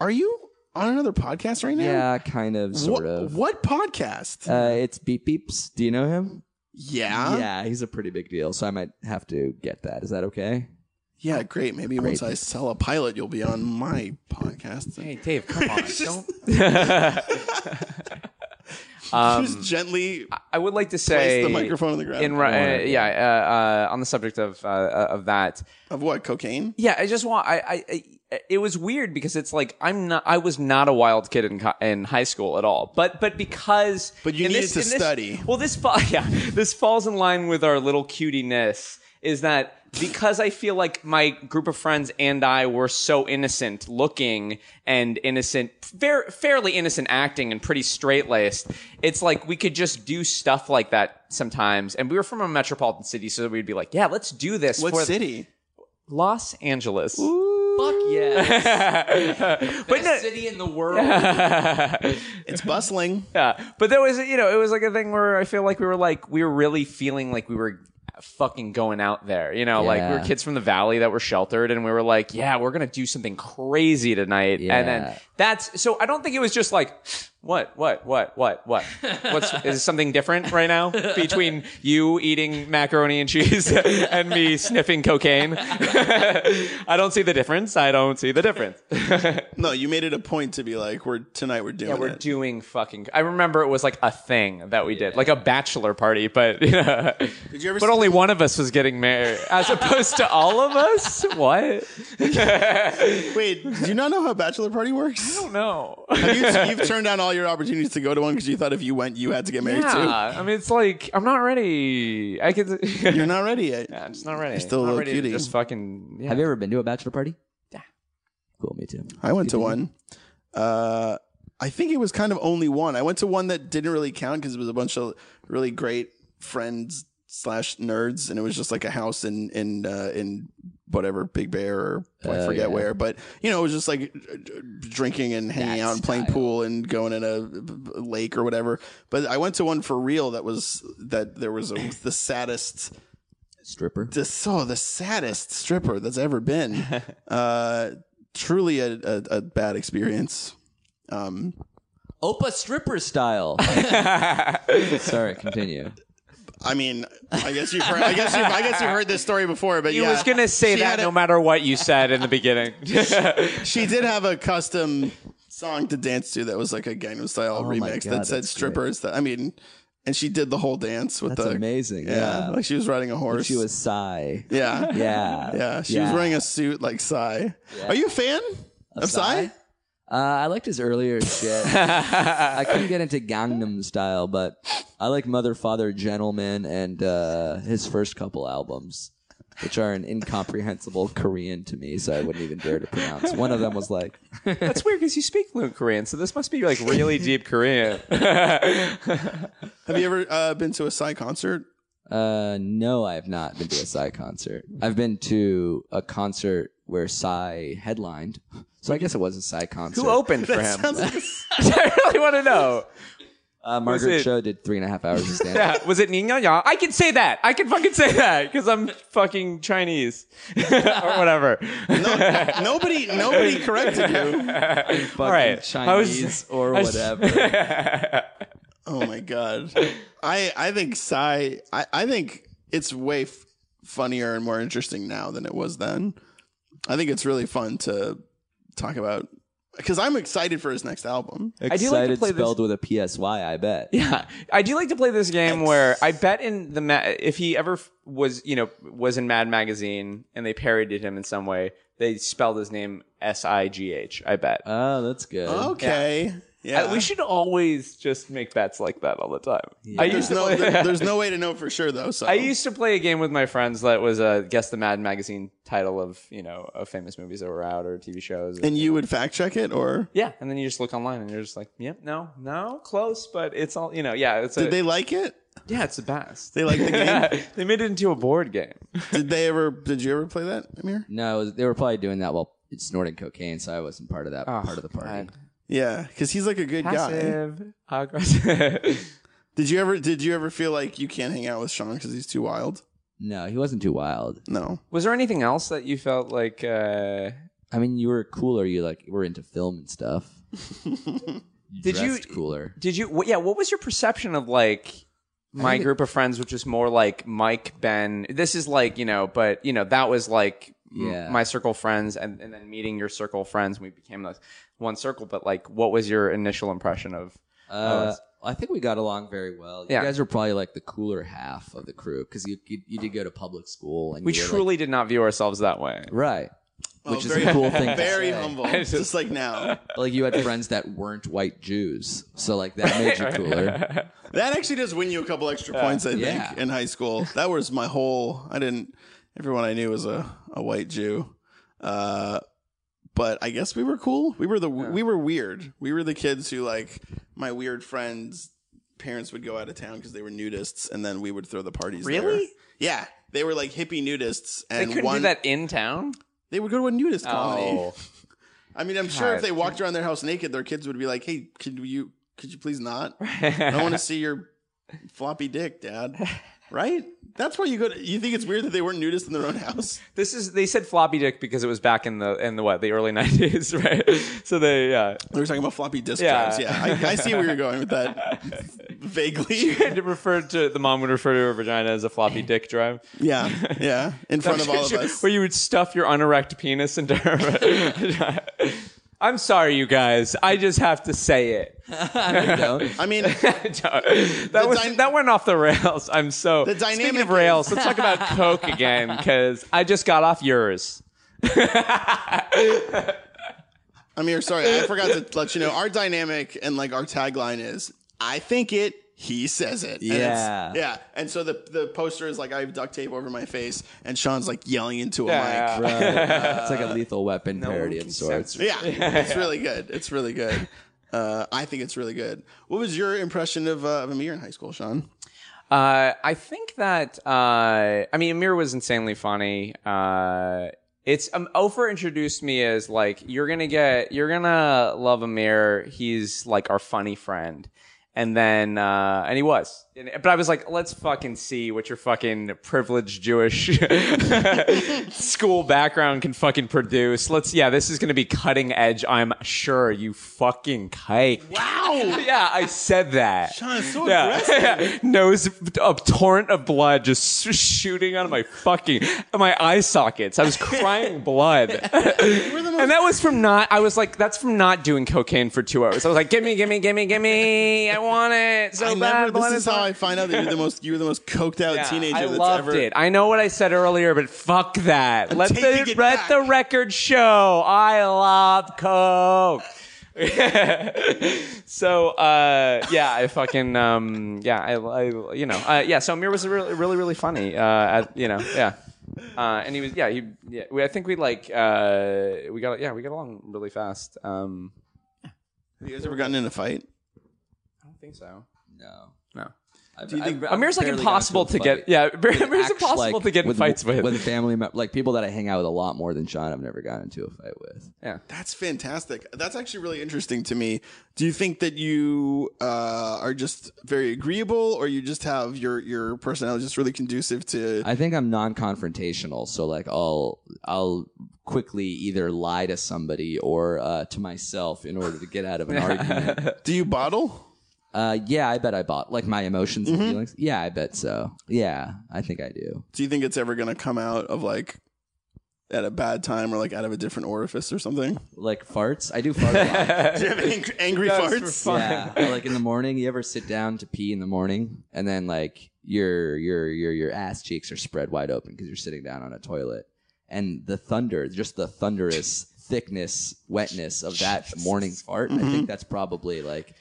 C: are you on another podcast right now?
E: yeah, kind of,
C: What,
E: sort of.
C: what podcast?
E: Uh, it's beep beeps. Do you know him?
C: yeah.
E: Yeah, he's a pretty big deal, so I might have to get that. Is that okay?
C: Yeah, great. Maybe once I sell a pilot, you'll be on my podcast.
D: Hey, Dave, come on. Don't. Um,
C: Just gently. uh,
D: I would like to say
C: the microphone on the ground.
D: In, ri- uh, yeah, uh, uh, on the subject of uh, uh, of that.
C: Of what? Cocaine?
D: Yeah, I just want. I, I, I it was weird because it's like I'm not. I was not a wild kid in co- in high school at all. But but because
C: But you
D: in
C: needed to
D: in
C: study.
D: Well, this fa- yeah, this falls in line with our little cutiness. Is that because I feel like my group of friends and I were so innocent looking and innocent, fair, fairly innocent acting and pretty straight laced. It's like we could just do stuff like that sometimes. And we were from a metropolitan city, so we'd be like, yeah, let's do this.
C: What
D: for
C: city?
D: Los Angeles.
E: Fuck yeah!
D: But no,
E: city in the world.
C: It's bustling.
D: yeah. But there was, you know, it was like a thing where I feel like we were like, we were really feeling like we were fucking going out there. You know, like we
E: Yeah.
D: were kids from the valley that were sheltered and we were like, yeah, we're going to do something crazy tonight. And
E: Yeah.
D: then that's, so I don't think it was just like, what, what, what, what, what? What's, is something different right now between you eating macaroni and cheese and me sniffing cocaine? I don't see the difference. I don't see the difference.
C: No, you made it a point to be like, we're tonight. We're doing.
D: Yeah, we're
C: it.
D: doing fucking. I remember it was like a thing that we did, like a bachelor party, but
C: Did you ever?
D: but
C: see-
D: only one of us was getting married, as opposed to all of us. What?
C: Wait, do you not know how bachelor party works?
D: No.
C: Have you, you've turned down all your opportunities to go to one because you thought if you went, you had to get married
D: Yeah, I mean, it's like I'm not ready. I could.
C: too. You're not ready yet.
D: I'm just not ready.
C: still a
D: not
C: little
D: ready to
C: cutie.
D: Just fucking. Yeah.
E: Have you ever been to a bachelor party? Yeah. Cool. Me too.
C: I went to one. Uh, I think it was kind of only one. I went to one that didn't really count because it was a bunch of really great friends slash nerds, and it was just like a house in in uh, in whatever Big Bear or I forget where. But you know, it was just like uh, drinking and hanging out and playing pool and going in a b- b- lake or whatever. But I went to one for real that was that there was a, the saddest
E: Stripper.
C: the so the saddest stripper that's ever been. uh, truly a, a, a bad experience. Um,
E: Opa stripper style. Sorry. Continue.
C: I mean, I guess you've heard, I guess you've, I guess you've heard this story before, but
D: He
C: yeah,
D: was gonna say
C: She
D: that
C: had a-
D: no matter what you said in the beginning.
C: she did have a custom song to dance to that was like a Gangnam Style remix
E: Oh God,
C: that said
E: that's
C: strippers. That I mean, and she did the whole dance with
E: That's
C: the
E: amazing.
C: Yeah,
E: Yeah.
C: like she was riding a horse.
E: She was Psy.
C: yeah,
E: Yeah.
C: yeah. She was wearing a suit like Psy. Are you a fan of Psy?
E: Uh, I liked his earlier shit. I couldn't get into Gangnam Style, but I like Mother, Father, Gentleman, and uh, his first couple albums, which are an incomprehensible Korean to me, so I wouldn't even dare to pronounce. One of them was like,
D: That's weird because you speak fluent Korean, so this must be like really deep Korean.
C: Have you ever uh, been to a Psy concert?
E: uh, "No, I have not been to a Psy concert. I've been to a concert where Psy headlined, so I guess it was a Psy concert."
D: Who opened for him? I really want to know.
E: Uh, Margaret
D: it?
E: Cho did three and a half hours of stand
D: Yeah, was it Ningyo Ya? I can say that. I can fucking say that because I'm fucking Chinese or whatever.
C: No, nobody, nobody corrected you.
E: All
D: right. I was-
E: Chinese or
D: I was-
E: whatever.
C: Oh my god, I I think Psy. I I think it's way f- funnier and more interesting now than it was then. I think it's really fun to talk about because I'm excited for his next album.
E: I do like to play spelled with a PSY, I bet.
D: Yeah, I do like to play this game where I bet in the ma- if he ever f- was you know was in Mad Magazine and they parodied him in some way, they spelled his name S I G H. I bet.
E: Oh, that's good.
C: Okay, yeah.
D: Uh, we should always just make bets like that all the time. I
C: There's
D: used to.
C: no, there- there's no way to know for sure though. So
D: I used to play a game with my friends that was uh, guess the Mad Magazine title of you know of famous movies that were out or TV shows.
C: and you would fact check it, or
D: yeah, and then you just look online and you're just like, yep, no, no, close, but it's all you know. Yeah, it's a,
C: did they like it?
D: yeah, it's the best.
C: They like the game.
D: Yeah, they made it into a board game.
C: did they ever? Did you ever play that, Amir?
E: No, it was- they were probably doing that while snorting cocaine, so I wasn't part of that
D: Ah,
E: part of the party.
D: God.
C: Yeah, because he's like a good guy.
D: Passive, aggressive.
C: Did you ever? Did you ever feel like you can't hang out with Sean because he's too wild?
E: No, he wasn't too wild.
C: No.
D: was there anything else that you felt like? Uh,
E: I mean, you were cooler. You like were into film and stuff. You
D: Did you-
E: dressed cooler?
D: did you? What, yeah. What was your perception of like my group of friends, which is more like Mike, Ben? This is like you know, but you know that was like m-
E: Yeah.
D: my circle of friends, and, and then meeting your circle of friends, we became this one circle. But like, what was your initial impression of?
E: Uh, I think we got along very well.
D: Oh, Yeah.
E: You guys were probably like the cooler half of the crew because you, you you did go to public school and
D: We
E: you were, like-
D: truly did not view ourselves that way.
E: right. Which
C: Oh,
E: is a cool thing. to
C: Very
E: say.
C: humble, just, like now.
E: Like you had friends that weren't white Jews, so like that made you cooler.
C: That actually does win you a couple extra points, I think,
E: Yeah.
C: in high school. That was my whole. I didn't. Everyone I knew was a, a white Jew, uh, but I guess we were cool. We were the we were weird. We were the kids who like my weird friends' parents would go out of town because they were nudists, and then we would throw the parties. there.
D: Really?
C: Yeah, they were like hippie nudists,
D: They
C: and
D: couldn't
C: one
D: do that in town.
C: they would go to a nudist colony.
D: Oh,
C: I mean, I'm sure if
D: God.
C: they walked around their house naked, their kids would be like, "Hey, could you could you please not?
D: Oh.
C: I don't want to see your floppy dick, Dad." Right? That's why you go. To, you think it's weird that they weren't nudist in their own house?
D: This is they said floppy dick because it was back in the in the what the early nineties, right? So they yeah
C: They were talking about floppy disk
D: Yeah.
C: drives. Yeah, I, I see where you're going with that. Vaguely.
D: They referred to the mom would refer to her vagina as a floppy dick drive
C: Yeah, yeah. In front of all of us.
D: where you would stuff your unerect penis into her. vagina. I'm sorry, you guys. I just have to say it.
E: You know?
C: I mean,
D: that was
C: dyn-
D: that went off the rails. I'm so
C: The
D: Speaking
C: dynamic
D: of rails, let's talk about Coke again because I just got off yours.
C: Amir, sorry, I forgot to let you know our dynamic and like our tagline is I think it, he says it. And it's-
E: Yeah.
C: yeah. And so the the poster is like I have duct tape over my face and Sean's like yelling into a
D: Yeah.
C: mic.
E: it's like a lethal weapon parody
D: can
E: of sorts.
C: Yeah. It's really good. It's really good. Uh, I think it's really good. What was your impression of, uh, of Amir in high school, Sean?
D: Uh, I think that uh, I mean Amir was insanely funny. Uh, it's um, Ofer introduced me as like you're gonna get you're gonna love Amir. He's like our funny friend, And then, uh, and he was. And, but I was like, let's fucking see what your fucking privileged Jewish school background can fucking produce. Let's, yeah, this is going to be cutting edge, I'm sure, you fucking kike.
C: Wow.
D: Yeah, I said that.
C: John, it's so
D: Yeah.
C: aggressive.
D: Nose, a torrent of blood just sh- shooting out of my fucking, my eye sockets. I was crying blood. and that was from not, I was like, that's from not doing cocaine for two hours. I was like, gimme, gimme, gimme, gimme. I want it so
C: I
D: bad.
C: never,
D: blood
C: this is
D: on-
C: how I find out that you're the most you're the most coked out
D: Yeah,
C: teenager
D: I
C: that's
D: loved
C: ever.
D: it. I know what I said earlier, but fuck that. let
C: taking
D: the,
C: it
D: let
C: back.
D: the record show. I love coke. so uh, yeah, I fucking um, yeah, I, I you know uh, yeah. So Amir was really really really funny. Uh, at, you know yeah. Uh, and he was yeah he yeah we, I think we like uh, we got yeah we got along really fast. Um,
C: Have you guys ever gotten in a fight?
D: I don't think so.
E: No.
D: No.
E: I,
C: you think-
D: Amir's like impossible to get. Yeah, Amir's impossible to get in fights with.
E: with family mem- like people that I hang out with a lot more than Sean. I've never gotten into a fight with.
D: yeah.
C: That's fantastic. That's actually really interesting to me. Do you think that you uh, are just very agreeable, or you just have your your personality just really conducive to?
E: I think I'm non-confrontational, so like I'll I'll quickly either lie to somebody or uh, to myself in order to get out of an argument.
C: do you bottle?
E: Uh, yeah, I bet I bought like my emotions
D: Mm-hmm.
E: and feelings. Yeah, I bet so. Yeah, I think I do.
C: Do you think it's ever gonna come out of like at a bad time or like out of a different orifice or something?
E: Like farts, I do fart a lot.
C: Do you have angry, angry farts?
E: Yeah, like in the morning, you ever sit down to pee in the morning, and then like your your your your ass cheeks are spread wide open because you're sitting down on a toilet, and the thunder, just the thunderous thickness, wetness of that morning fart. I think that's probably like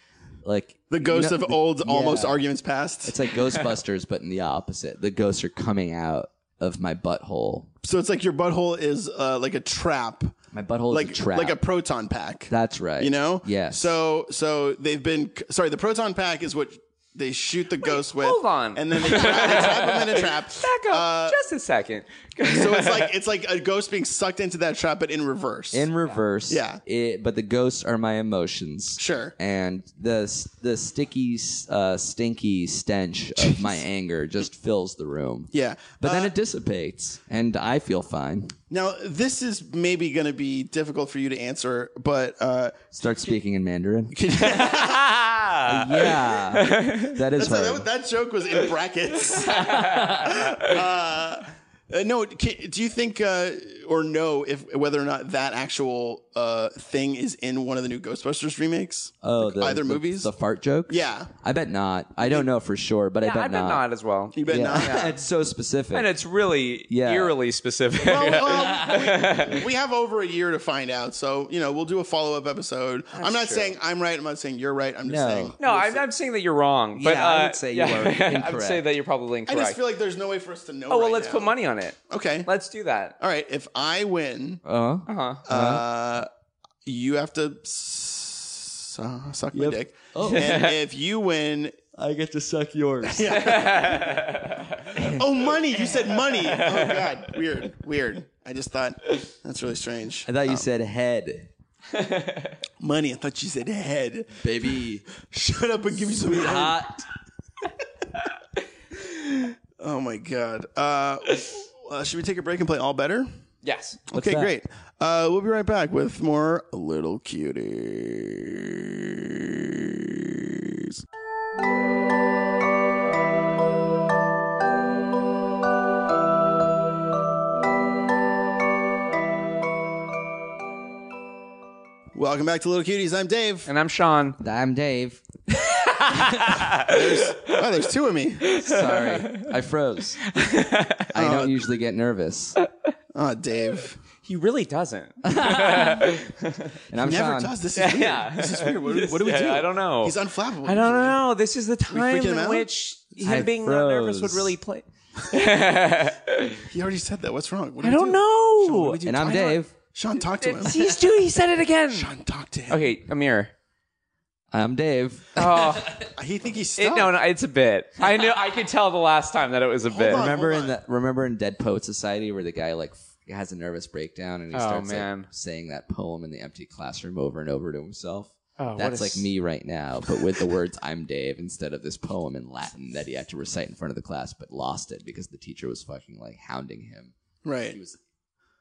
E: like
C: Mm-hmm. The ghost
E: you know,
C: of old, almost
E: yeah.
C: arguments past.
E: It's like Ghostbusters, but in the opposite. The ghosts are coming out of my butthole.
C: so it's like your butthole is uh, like a trap,
E: My butthole
C: like
E: is a trap.
C: like a proton pack.
E: that's right.
C: you know.
E: Yes.
C: So so they've been sorry. The proton pack is what they shoot the ghost with.
D: hold on.
C: And then they trap, they trap them in a trap.
D: Back
C: Uh,
D: up just a second.
C: So it's like it's like a ghost being sucked into that trap, but in reverse.
E: in reverse.
C: Yeah.
E: It, but the ghosts are my emotions.
C: Sure.
E: And the the sticky, uh, stinky stench of my anger just fills the room.
C: yeah. Uh,
E: But then it dissipates, and I feel fine.
C: Now this is maybe going to be difficult for you to answer, but uh,
E: Start speaking in Mandarin.
C: Uh,
E: yeah, that is
C: so
E: hard.
C: that, that joke was in brackets. Uh, no, ca- do you think uh, or know if whether or not that actual uh, thing is in one of the new Ghostbusters remakes?
E: oh,
C: Like
E: the,
C: either
E: the-
C: movies.
E: The fart joke.
C: yeah,
E: I bet not. I don't know for sure, but I
D: Yeah,
E: bet
D: I bet not as well.
C: you bet
E: Yeah.
C: not.
E: it's so specific.
D: And it's really
E: Yeah.
D: eerily specific.
C: Well, um, we, we have over a year to find out, so you know we'll do a follow up episode. I'm not saying I'm right. I'm not saying you're right. I'm just
E: No.
C: saying.
D: no, I'm, I'm saying that you're wrong. But,
E: Yeah, I would
D: uh,
E: say you
D: yeah.
E: are
D: I would say
E: incorrect.
D: that you're probably
C: I
D: incorrect.
C: just feel like there's no way for us to know.
D: oh well,
C: right
D: let's
C: now.
D: put money on it.
C: Okay.
D: Let's do that.
C: All right. If I win,
E: uh-huh.
C: uh, you have to s- uh, suck my dick.
E: Oh.
C: And if you win,
E: I get to suck yours.
C: oh money! You said money. Oh god, weird, weird. I just thought that's really strange.
E: I thought you said head,
C: Money. I thought you said head.
E: baby.
C: Shut up and give me some head.
D: Uh,
E: Hot.
C: Oh my god. Uh, uh, should we take a break and play All Better?
D: Yes.
C: okay,
E: that?
C: great. Uh, we'll be right back with more Little Cuties. Welcome back to Little Cuties. I'm Dave.
D: And I'm Sean.
E: I'm Dave.
C: Oh, there's two of me.
E: Sorry, I froze.
D: Oh.
E: I don't usually get nervous,
C: Oh, Dave.
D: He really doesn't.
E: and I'm
C: Never
E: Sean.
C: does. This is weird.
D: Yeah.
C: This is weird. What, do- what do we
D: Yeah,
C: do?
D: I don't know.
C: He's unflappable.
D: I don't know. This is the time
C: freaking him
D: in
C: out?
D: which him
E: I
D: being not nervous would
E: froze.
D: really play.
C: He already said that. What's wrong? What do
D: I
C: we
D: don't
C: do? What do
D: know.
C: we do?
E: And I'm
C: Talk-
E: Dave.
C: Sean, talk to him.
D: He's dude. He said it again.
C: Sean, talk to him.
D: Okay, Amir.
E: I'm Dave.
D: Oh.
C: He think he's stuck.
D: It, no, no, it's a bit. I knew. I could tell the last time that it was a bit.
C: on.
E: remember
C: hold
E: in the, remember in Dead Poet Society where the guy like f- has a nervous breakdown and he starts like,
D: Oh, man.
E: saying that poem in the empty classroom over and over to himself.
D: Oh,
E: That's like me right now, but with the words "I'm Dave" instead of this poem in Latin that he had to recite in front of the class, but lost it because the teacher was fucking like hounding him,
C: Right.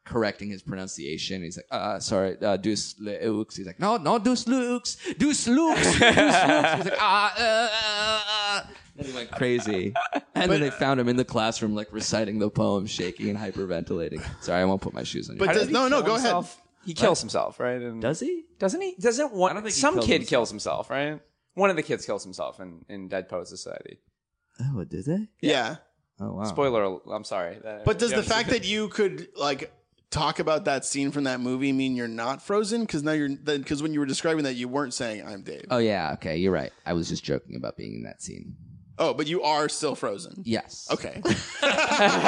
E: correcting his pronunciation. He's like, "Uh, sorry, uh, dus leux." He's like, "No, no, dus leux, dus leux, dus leux." He's like, "Ah, uh, uh, uh." And he went crazy, and then they found him in the classroom, like reciting the poem, shaking and hyperventilating. Sorry, I won't put my shoes on. Your
C: But does, no, no, go ahead.
D: He kills himself, right? And
E: does he?
D: Doesn't he? Doesn't one?
E: don't think he
D: some
E: kills
D: kid
E: himself.
D: kills himself, right? One of the kids kills himself in, in Dead Poet Society.
E: Oh, did they?
C: Yeah.
E: Oh wow.
D: Spoiler! al- I'm sorry. That-
C: But does
D: yeah.
C: the fact that you could like talk about that scene from that movie mean you're not frozen? Because now you're because when you were describing that, you weren't saying I'm Dave.
D: Uh,
E: Oh yeah, okay, you're right. I was just joking about being in that scene.
C: oh, but you are still frozen.
E: Yes.
C: Okay.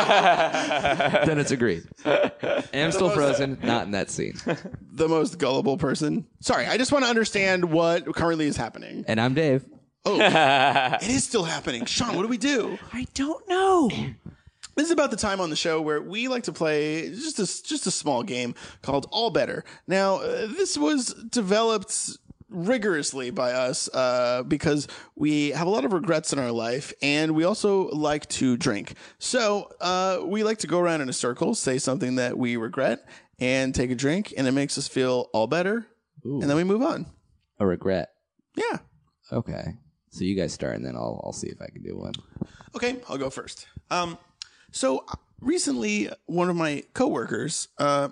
E: then it's agreed. And I'm still frozen, not in that scene.
C: the most gullible person. Sorry, I just want to understand what currently is happening.
E: And I'm Dave.
C: It is still happening. Sean, what do we do?
D: I don't know.
C: This is about the time on the show where we like to play just a just a small game called All Better. Now, uh, this was developed rigorously by us uh, because we have a lot of regrets in our life, and we also like to drink. So uh, we like to go around in a circle, say something that we regret, and take a drink, and it makes us feel all better, and then we move on.
E: A regret.
C: Yeah.
E: Okay. So you guys start and then I'll I'll see if I can do one.
C: Okay, I'll go first. Um, so uh, recently, one of my coworkers, uh,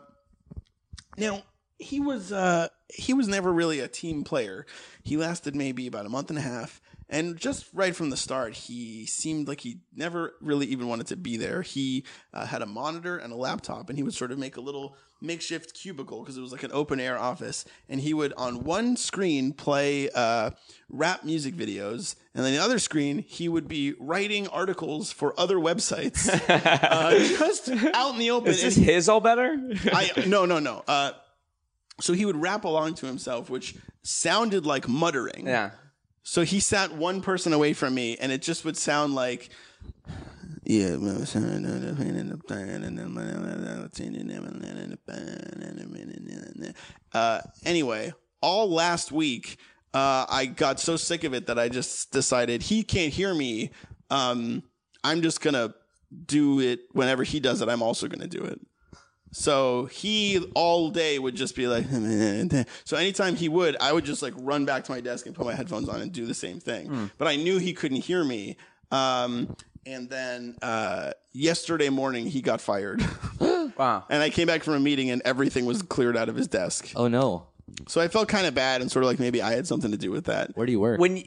C: now he was uh, he was never really a team player. He lasted maybe about a month and a half, and just right from the start, he seemed like he never really even wanted to be there. He uh, had a monitor and a laptop, and he would sort of make a little makeshift cubicle because it was like an open air office, and he would on one screen play uh, rap music videos, and then the other screen he would be writing articles for other websites, uh, just out in the open.
D: Is
C: and
D: his all better?
C: I no no no. Uh, so he would rap along to himself, which sounded like muttering.
D: yeah.
C: So he sat one person away from me, and it just would sound like. Yeah, uh, anyway, all last week, uh, I got so sick of it that I just decided he can't hear me. Um, I'm just gonna do it whenever he does it. I'm also gonna do it. So he all day would just be like, so anytime he would, I would just like run back to my desk and put my headphones on and do the same thing.
D: Hmm.
C: But I knew he couldn't hear me. Um, and then uh, yesterday morning, he got fired.
D: Wow.
C: and I came back from a meeting and everything was cleared out of his desk.
E: Oh no.
C: So I felt kind of bad and sort of like maybe I had something to do with that.
E: Where do you work?
D: When you,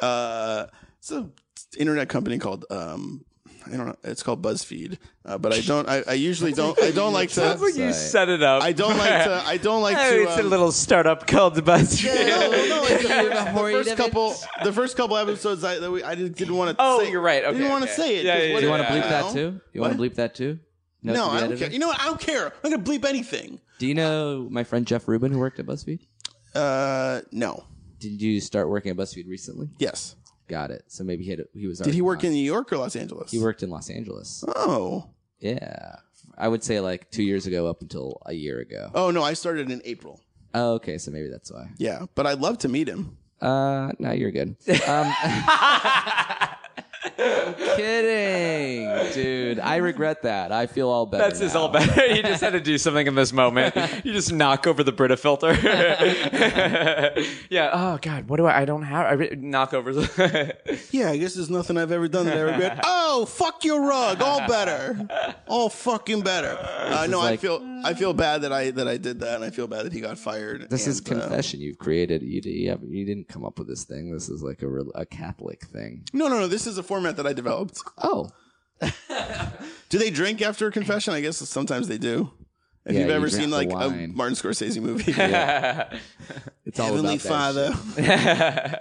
C: Uh, it's an internet company called. Um, I don't know. It's called BuzzFeed, uh, but I don't. I, I usually don't. I don't like to.
D: sounds like you set it up.
C: I don't like to. I don't like
D: Oh,
C: to.
D: it's a
C: um,
D: little startup called the Buzz.
C: Yeah, no, no, no, it's- the
E: Before you
C: first
E: did it.
C: couple, the first couple episodes, I that we, I didn't, didn't want to.
D: Oh,
C: say,
D: you're right.
C: I didn't
D: Okay,
C: want to
D: okay.
C: say it.
D: Yeah,
C: 'cause
D: yeah,
C: what
E: do you
C: if-
E: want to
D: Yeah.
E: bleep that
C: know?
E: too? You want to
C: What?
E: bleep that too?
C: No,
E: to be
C: I don't
E: edited?
C: care. You know, what? I don't care. I'm gonna bleep anything.
E: Do you know my friend Jeff Rubin who worked at BuzzFeed?
C: Uh, no.
E: Did you start working at BuzzFeed recently?
C: Yes.
E: Got it. So maybe he had he was
C: Did he work in New York or Los Angeles?
E: He worked in Los Angeles.
C: Oh.
E: Yeah. I would say like 2 years ago up until a year ago.
C: Oh no, I started in April.
E: Oh, okay, so maybe that's why.
C: Yeah, but I'd love to meet him.
E: Uh, no, you're good. Um, I'm kidding, dude. I regret that. I feel all better.
D: That's his
E: now.
D: all better. You just had to do something in this moment. You just knock over the Brita filter. yeah. Oh God. What do I? I don't have. I re- knock over.
C: Yeah, I guess there's nothing I've ever done that I regret. oh, fuck your rug. All better. All fucking better. Uh, no, I
E: like-
C: feel I feel bad that I that I did that, and I feel bad that he got fired.
E: This is
C: and, uh,
E: confession. You've created. You, you, have, you didn't come up with this thing. This is like a real, a Catholic thing.
C: no, no, no. This is a format that I developed.
E: Oh,
C: Do they drink after a confession? I guess sometimes they do. If
E: Yeah,
C: you've
E: you
C: ever
E: drink
C: seen
E: the
C: like a
E: wine.
C: Martin Scorsese movie,
E: it's all
C: Heavenly
E: about
C: Father.
E: that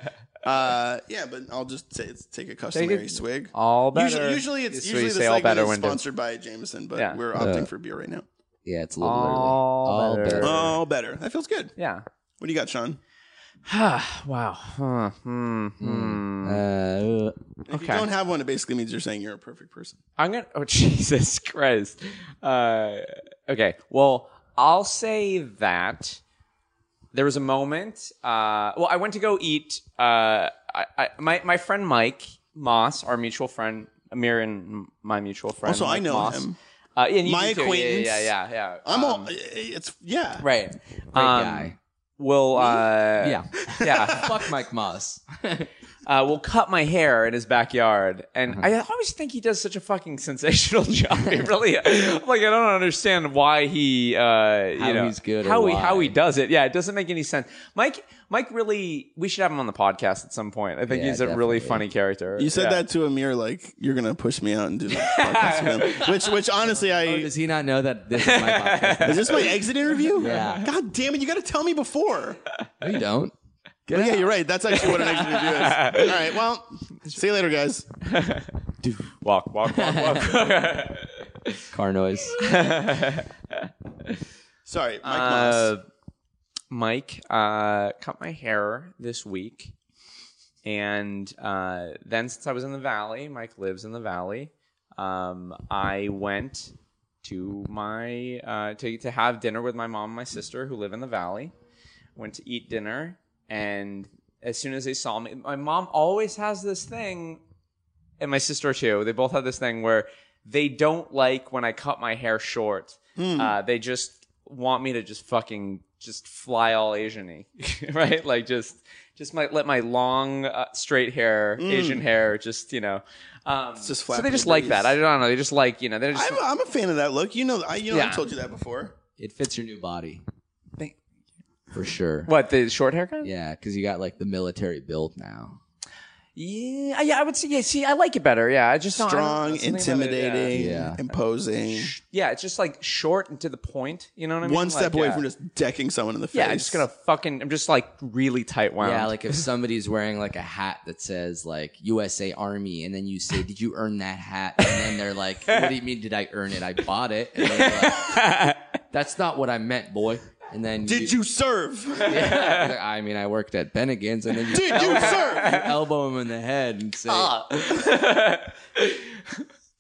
E: shit.
C: uh, yeah, but I'll just say it's, take a customary swig.
D: all better.
C: Usually, usually it's
D: So you
C: usually the
D: say all
C: segment
D: better
C: is
D: when to-
C: sponsored by Jameson, but
D: Yeah. Uh,
C: we're opting for beer right now.
E: Yeah, it's a little early.
D: All better.
C: Oh, better. That feels good.
D: Yeah.
C: What do you got, Sean?
D: Wow. Huh. Hmm. Hmm.
E: Uh,
C: If
D: Okay.
C: you don't have one, it basically means you're saying you're a perfect person.
D: I'm gonna. Oh Jesus Christ. Uh, okay. Well, I'll say that there was a moment. Uh, well, I went to go eat. Uh, I, I, my my friend Mike Moss, our mutual friend, Amir and my mutual friend.
C: Also, I
D: Mike
C: know
D: Moss.
C: him.
D: Uh, yeah, and you
C: My
D: do too. Yeah,
C: acquaintance.
D: Yeah, yeah, yeah.
C: I'm
D: Um,
C: all. It's yeah.
D: right.
E: Great
D: Um,
E: guy.
D: Will uh,
E: Yeah.
D: yeah.
E: Fuck Mike Moss.
D: uh, will cut my hair in his backyard. And
E: Uh-huh.
D: I always think he does such a fucking sensational job. He really, I'm like, I don't understand why he, uh, you know,
E: he's good or
D: how he how
E: why.
D: he does it. Yeah, it doesn't make any sense. Mike, Mike, really, we should have him on the podcast at some point. I think
E: Yeah,
D: he's a really
E: definitely.
D: funny character.
C: You said
D: Yeah.
C: that to Amir like you're gonna push me out and do the podcast again. Which which honestly
D: Oh,
C: I
E: Does he not know that this is my podcast?
C: is this my exit interview?
E: Yeah.
C: God damn it! You got to tell me before.
E: No, you don't.
C: Well, yeah, you're right. That's actually what an exit interview is. All right. Well, see you later, guys.
D: Walk, walk, walk, walk.
E: Car noise.
C: Sorry, Mike
D: Uh,
C: Moss.
D: Mike uh, cut my hair this week, and uh, then since I was in the valley, Mike lives in the valley. Um, I went to my uh, to to have dinner with my mom and my sister who live in the valley. Went to eat dinner, and as soon as they saw me, my mom always has this thing and my sister too. They both have this thing where they don't like when I cut my hair short. Uh, they just want me to just fucking just fly all Asian-y, right? Like just just my, let my long uh, straight hair, Asian hair, just you know. Um,
C: just
D: so
C: flapping
D: they just
C: the
D: like
C: breeze.
D: that. I don't know. They just like you know. They're just
C: I'm, I'm a fan of that look. You know, I you know,
D: Yeah.
C: I told you that before.
E: It fits your new body. For sure.
D: what the short haircut.
E: Yeah, because you got like the military build now.
D: Yeah, yeah, I would say yeah. See, I like it better. Yeah, I just don't- I don't-
C: Strong,
D: something about it, yeah.
C: intimidating,
E: Yeah.
C: imposing.
D: Yeah. it's just like short and to the point. You know what I mean?
C: One step
D: Like,
C: away
D: yeah.
C: from just decking someone in the face.
D: Yeah, I'm just gonna fucking. I'm just like really tight wound.
E: Yeah, like if somebody's wearing like a hat that says like USA Army, and then you say, "Did you earn that hat?" and then they're like, "What do you mean? Did I earn it? I bought it." And then you're like, That's not what I meant, boy. And then
C: Did you serve?
E: I mean, I worked at Bennigan's, and then you
C: Did Ah. you serve?
E: elbow him in the head and say,
D: Uh,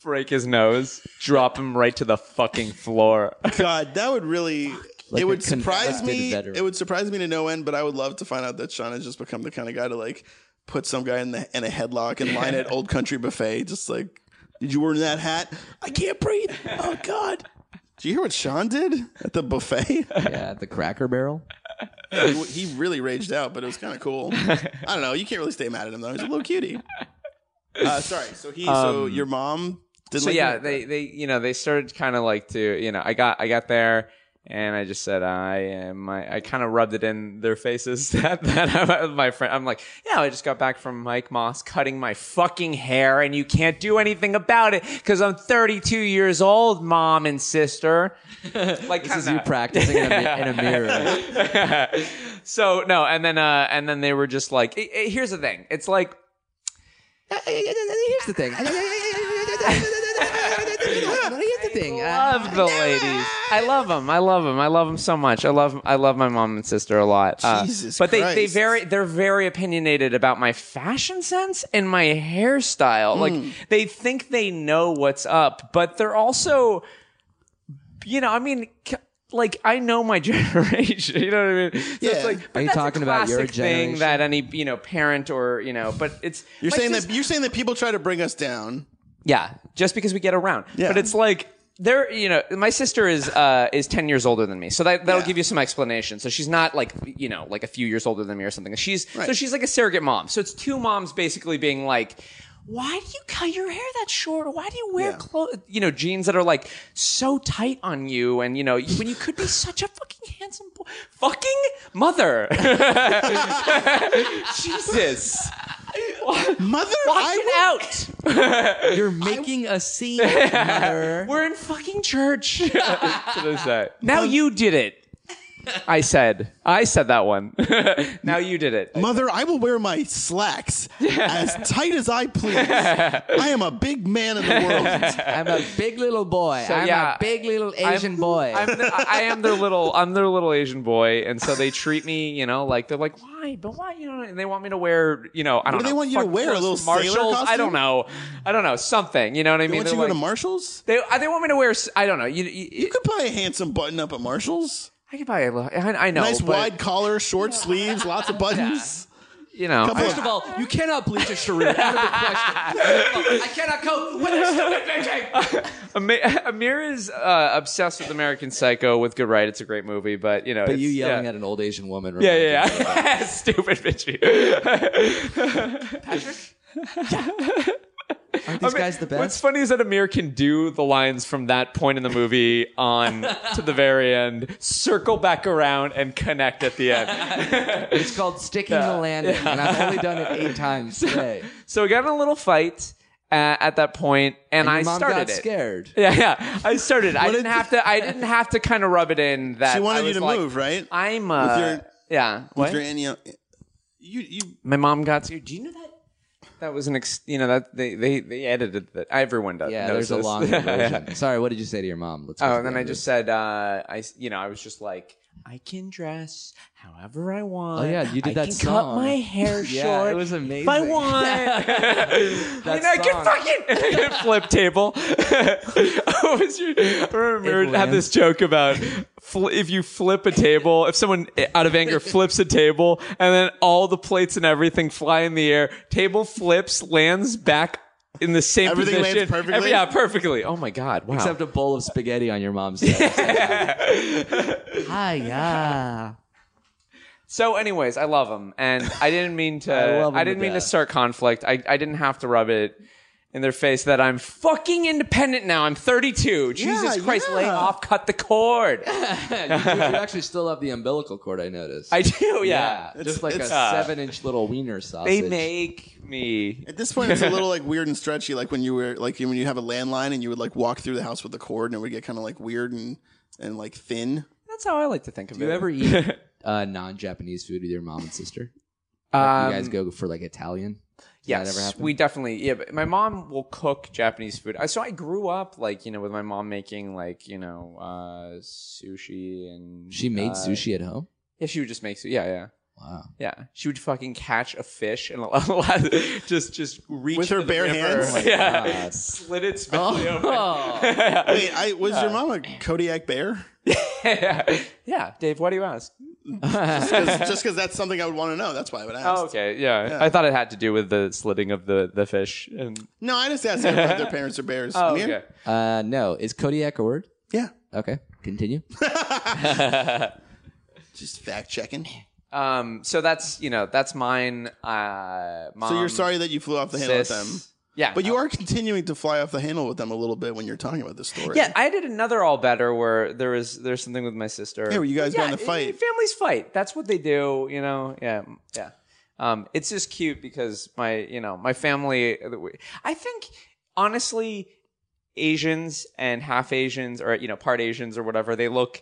D: break his nose, drop him right to the fucking floor.
C: God, that would really.
E: Like
C: it
E: a
C: would surprise
E: convicted
C: me.
E: veteran.
C: It would surprise me to no end. But I would love to find out that Sean has just become the kind of guy to like put some guy in the in a headlock and line at Old Country Buffet. Just like, did you wear that hat? I can't breathe. Oh God. Do you hear what Sean did at the buffet?
E: "Yeah, the Cracker Barrel."
C: he, he really raged out, but it was kind of cool. I don't know. You can't really stay mad at him though. He's a little cutie. Uh, sorry. So he. so your mom didn't.
D: So
C: like
D: yeah,
C: you?
D: they they you know they started kind of like to you know I got I got there and I just said I am I, I kind of rubbed it in their faces that that I'm, uh, my friend I'm like yeah I just got back from Mike Moss cutting my fucking hair and you can't do anything about it because I'm 32 years old mom and sister like
E: This is
D: kinda-
E: you practicing in a, mi- in a mirror.
D: so no, and then uh, and then they were just like, eh, eh, here's the thing. It's like
E: Here's the thing. Here's the thing.
D: I love the ladies. I love them. I love them. I love them so much. I love I love my mom and sister a lot. Uh,
C: Jesus
D: but they they
C: Christ.
D: very they're very opinionated about my fashion sense and my hairstyle.
C: Hmm.
D: Like they think they know what's up, but they're also you know, I mean c- like I know my generation, you know what I mean? So
C: Yeah.
D: it's like, but
E: Are you
D: that's a
E: talking about your
D: classic thing
E: generation?
D: that any you know parent or you know? But it's
C: You're saying that you're saying that people try to bring us down.
D: yeah, just because we get around.
C: Yeah.
D: But it's like there, you know, my sister is uh, is ten years older than me, so that that'll
C: Yeah.
D: give you some explanation. So she's not like you know like a few years older than me or something. She's so
C: Right.
D: she's like a surrogate mom. So it's two moms basically being like. Why do you cut your hair that short? Why do you wear
C: Yeah.
D: clothes, you know, jeans that are like so tight on you? And you know, when you could be such a fucking handsome boy, fucking mother, Jesus,
C: Mother,
D: watch
C: I
D: it out.
E: You're making a scene, mother.
D: We're in fucking church. Now you did it. I said. I said that one. now you did it.
C: Mother, I will wear my slacks as tight as I please. I am a big man in the world.
E: I'm a big little boy. I'm
D: yeah,
E: a big little
D: I'm-
E: Asian boy.
D: I'm the, I am their little. I'm their little Asian boy, and so they treat me, you know, like they're like, why? But why? You know, and they want me to wear, you know, I don't
C: do
D: know.
C: they want you to
D: fucking
C: wear? A
D: clothes
C: little
D: from
C: sailor
D: Marshalls? I
C: costume?
D: don't know. I don't know something. You know what I
C: They
D: mean?
C: want
D: They're
C: you to go to
D: like-
C: Marshalls?
D: they, uh, they want me to wear. s- I don't know. You, you,
C: You could buy a handsome button up at Marshalls.
D: I could buy a little. I, I know,
C: Nice
D: but
C: wide collar, short sleeves, lots of buttons.
D: you know,
C: Couple
E: First of all, you cannot bleach a Sharia. Out of the question. I cannot cope with this stupid bitching.
D: Ami- Amir is uh, obsessed with American Psycho. With good right, it's a great movie, but you know,
E: But
D: it's,
E: you yelling
D: yeah.
E: at an old Asian woman.
D: Yeah, yeah, yeah. Stupid bitchy.
E: Aren't these
D: I mean,
E: guys the
D: What's
E: best?
D: funny is that Amir can do the lines from that point in the movie on to the very end, circle back around, and connect at the end.
E: It's called sticking the landing, and I've only done it eight times today.
D: so we got in a little fight uh, at that point, and,
E: Your
D: I
E: mom
D: started
E: got
D: it.
E: scared.
D: Yeah, yeah. I started. I
C: What
D: didn't
C: did-
D: have to. I didn't have to kind of rub it in that
C: She wanted
D: I
C: you
D: was
C: to
D: like,
C: move, right?
D: I'm. Uh,
C: your-
D: yeah. What?
C: With your any, you, you,
D: My mom got scared. Do you know that? That was an. Ex- you know that they they they edited that. Everyone does.
E: Yeah,
D: knows
E: there's a
D: this.
E: long
D: Yeah.
E: version. Sorry, what did you say to your mom? Let's. go
D: Oh,
E: to
D: and
E: the
D: then I
E: end
D: just
E: of
D: said, uh, I, s- you know, I was just like, I can dress however I want.
E: Oh, yeah, you did
D: I
E: that
D: can cut
E: song.
D: my hair
E: Yeah,
D: short.
E: it was
D: If I
E: amazing.
D: want, and I
E: song.
D: can fucking flip table. I was, I remember
E: It
D: had this joke about fl- if you flip a table, if someone eh, out of anger flips a table, and then all the plates and everything fly in the air, table flips, lands back. In the same
C: Everything lands
D: position, Every-
C: perfectly?
D: yeah, perfectly. Oh my god! Wow.
E: Except a bowl of spaghetti on your mom's head. Hiya.
D: So, anyways, I love him, and I didn't mean to.
E: I
D: I,
E: love 'em
D: didn't
E: to
D: mean to
E: death.
D: start conflict. I, I didn't have to rub it in their face that I'm fucking independent now. I'm 32. Jesus Christ, lay
C: yeah.
D: off, cut the cord.
E: you, you actually still have the umbilical cord, I noticed.
D: I do, yeah.
E: just like a
C: it's,
D: uh,
E: seven-inch little wiener sausage.
D: They make me.
C: At this point, it's a little like weird and stretchy, like when you were like when you have a landline and you would like walk through the house with the cord, and it would get kind of like weird and and like thin.
D: That's how I like to think of
E: Do
D: it.
E: you ever eat uh, non-Japanese food with your mom and sister?
D: Um,
E: you guys go for like Italian? Does
D: Yes,
E: that ever happen?
D: we definitely. Yeah, but my mom will cook Japanese food. I- So I grew up like you know with my mom making like you know uh, sushi and
E: she made
D: uh,
E: sushi at home.
D: Yeah, she would just make. su- Yeah, yeah.
E: Wow.
D: Yeah, she would fucking catch a fish and allow- just just reach
C: With her
D: into the
C: bare
D: river.
C: hands? Oh my
D: yeah, slit its belly open.
C: Wait, I was your mom a Kodiak bear?
D: yeah, Dave, why do you ask?
C: Cause, just because that's something I would want to know. That's why I would ask.
D: Oh, okay, yeah. I thought it had to do with the slitting of the, the fish. And
C: No, I just asked them if their parents are bears.
D: oh,
C: Amir?
D: okay.
E: Uh, no, is Kodiak a word?
C: Yeah.
E: Okay, continue.
C: Just fact checking.
D: Um, so that's you know that's mine. Uh, mom,
C: So you're sorry that you flew off the handle with them.
D: sis. Yeah, Uh,
C: But you are continuing to fly off the handle with them a little bit when you're talking about this story.
D: Yeah, I did another all better where there was there's something with my sister.
C: Yeah, where you guys got in a
D: it-
C: fight.
D: Families fight. That's what they do. You know. Yeah. Yeah. Um, it's just cute because my you know my family. I think honestly, Asians and half Asians or you know part Asians or whatever they look.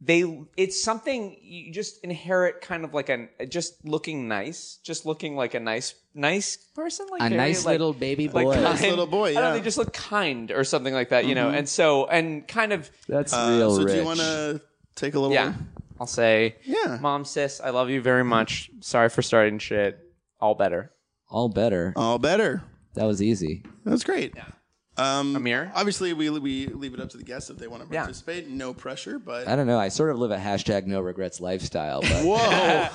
D: They it's something you just inherit kind of like an just looking nice, just looking like a nice nice person, like
E: A
D: very,
E: nice
D: like-
E: little baby
D: like
E: boy. Mm-hmm.
D: kind-
C: little boy,
D: I don't know,
C: yeah.
D: they just look kind or something like that, you know. And so, and kind of,
E: That's
C: Uh,
E: real
C: so
E: rich.
C: do you want to take a little?
D: yeah. I'll say,
C: Yeah.
D: mom, sis, I love you very much. Sorry for starting shit. All better.
E: All better.
C: All better.
E: That was easy.
C: That's great. Um,
D: Amir?
C: Obviously, we we leave it up to the guests if they want to
D: Yeah.
C: participate. No pressure, but
E: I don't know. I sort of live a hashtag no regrets lifestyle. But
C: whoa!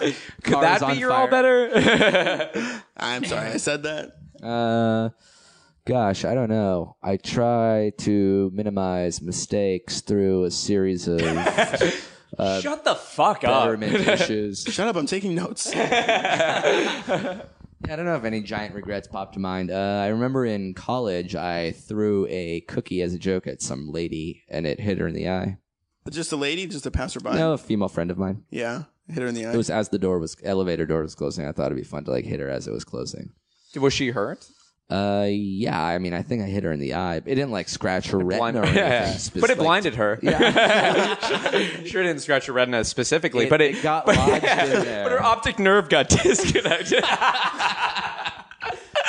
D: Could
E: Car is
D: that
E: on
D: be your
E: fire.
D: all better?
C: I'm sorry, I said that.
E: Uh, gosh, I don't know. I try to minimize mistakes through a series of
D: Shut the fuck up.
E: government issues.
C: Shut up! I'm taking notes.
E: I don't know if any giant regrets popped to mind. Uh, I remember in college, I threw a cookie as a joke at some lady, and it hit her in the eye.
C: just a lady, just a passerby.
E: No, a female friend of mine.
C: Yeah, hit her in the eye.
E: It was as the door was elevator door was closing. I thought it'd be fun to like hit her as it was closing.
D: Was she hurt?
E: Uh, yeah. I mean, I think I hit her in the eye. It didn't like scratch her
D: Blind-
E: retina or anything.
D: yeah.
E: spec-
D: But it
E: like,
D: blinded her. sure didn't scratch her retina specifically,
E: It-
D: but it,
E: it got
D: but,
E: lodged in there.
D: But her optic nerve got disconnected.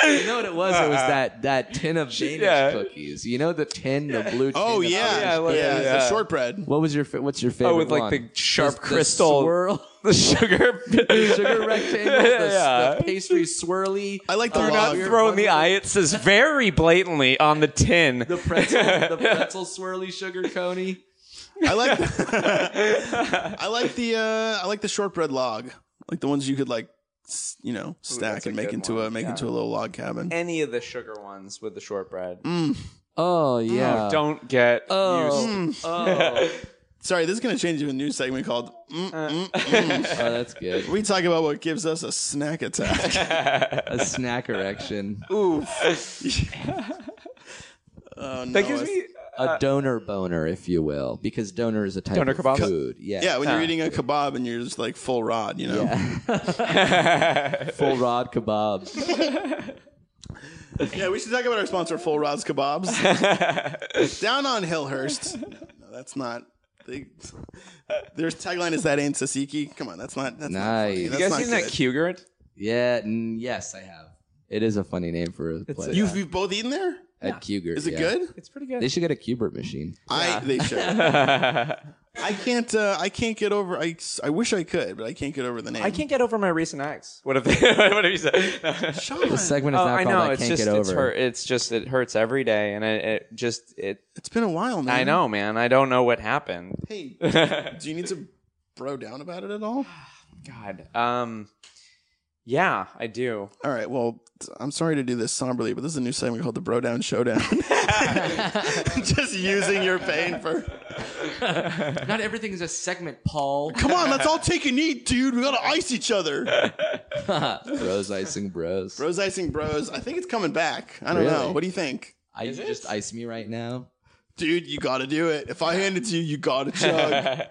E: You know what it was? It was that that tin of Danish
D: Uh-uh. Yeah.
E: cookies. You know the tin, the blue. Tin
C: oh
E: of-
C: yeah, yeah,
D: I love it,
C: the
D: yeah.
C: shortbread.
E: What was your fa- What's your favorite?
D: Oh, with, like,
E: one?
D: the sharp
E: The-
D: crystal-
E: the swirl,
D: the sugar,
E: sugar rectangle, the,
D: Yeah.
E: the pastry swirly.
C: I like the
E: uh,
C: You're not
E: weird
D: Throw in
E: one
D: the
E: with
D: eye. It says very blatantly on the tin.
E: The pretzel, the pretzel swirly sugar coney.
C: I like I like the uh, I like the shortbread log, like the ones you could like s- you know stack
D: a
C: and make
D: good
C: into a
D: one.
C: make into a little log cabin.
D: Any of the sugar ones with the shortbread.
E: Oh yeah.
D: Don't get
E: Oh.
D: used.
C: Sorry, this is gonna change to a new segment called mm, mm, mm.
E: Oh, that's good.
C: We talk about what gives us a snack attack.
E: A snack erection.
C: Oh, no,
D: That gives
C: it's-
D: me.
E: a uh, donor boner, if you will, because donor is a type
D: Donor
E: of
D: kebabs?
E: food. Yeah.
C: Yeah, when you're eating a kebab and you're just like full rod, you know. Yeah,
E: Full rod kebabs.
C: we should talk about our sponsor, Full Rods Kebabs, down on Hillhurst. No, that's not. They, their tagline is that ain't Sasiki. Come on, that's not. That's not funny.
E: Nice.
C: That's
D: You guys
C: not
D: seen that
C: good.
D: Cougarit?
E: yeah. n- yes, I have. It is a funny name for a place.
C: You've, you've both eaten there?
E: at Cugert.
C: Is it
E: yeah.
C: good?
D: It's pretty good.
E: They should get a Cubert machine.
C: I they should. I can't. Uh, I can't get over. I, I wish I could, but I can't get over the name.
D: I can't get over my recent ex. What if? what if you said?
C: Sean,
E: The segment is
D: Oh,
E: not
D: I
E: called
D: know.
E: I
D: it's
E: Can't
D: just
E: Get Over.
D: it's hurt. It's just it hurts every day, and it, it just it.
C: it's been a while,
E: Hmm.
C: man.
D: I know, man. I don't know what happened.
C: Hey, do you need to bro down about it at all?
D: God. Um. Yeah, I do.
C: All right. Well, I'm sorry to do this somberly, but this is a new segment called the Bro Down Showdown. Just using your pain for.
E: Not everything is a segment, Paul.
C: Come on, let's all take a knee, dude. We gotta ice each other.
E: bros icing bros.
C: Bros icing bros. I think it's coming back. I don't know.
E: Really?
C: What do you think?
E: I just ice me right now.
C: dude, you got to do it. If I hand it to you, you got to chug.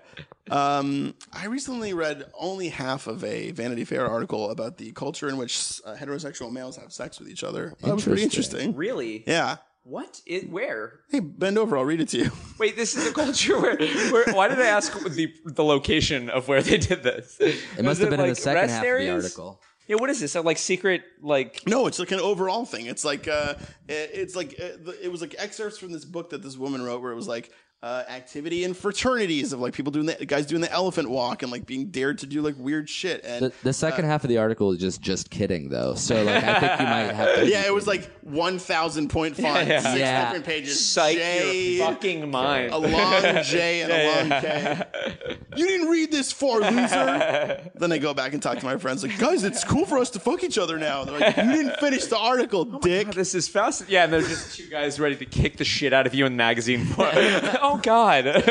C: um, I recently read only half of a Vanity Fair article about the culture in which uh, heterosexual males have sex with each other. That was pretty
E: Interesting.
C: interesting.
D: Really?
C: Yeah.
D: What? It where?
C: Hey, bend over. I'll read it to you.
D: Wait, this is a culture where, where why did I ask the the location of where they did this?
E: It must have been in the second half of the article.
D: Yeah, what is this? So like secret like
C: No, it's like an overall thing. It's like uh, it- it's like uh, the- it was like excerpts from this book that this woman wrote, where it was like uh, activity in fraternities of like people doing the guys doing the elephant walk and like being dared to do like weird shit. And
E: The,
D: Uh.
E: the second half of the article is just just kidding though. So like I think you might have to
C: yeah, it was like one thousand point font, six
E: Yeah.
C: different pages.
D: psych
C: J-
D: your fucking mind.
C: a long J and a long K. You didn't read this far, loser. then I go back and talk to my friends, like, guys, it's cool for us to fuck each other now. And they're like, you didn't finish the article, dick.
D: God, this is fast. Yeah, and there's just two guys ready to kick the shit out of you in magazine form. oh God.
C: Uh,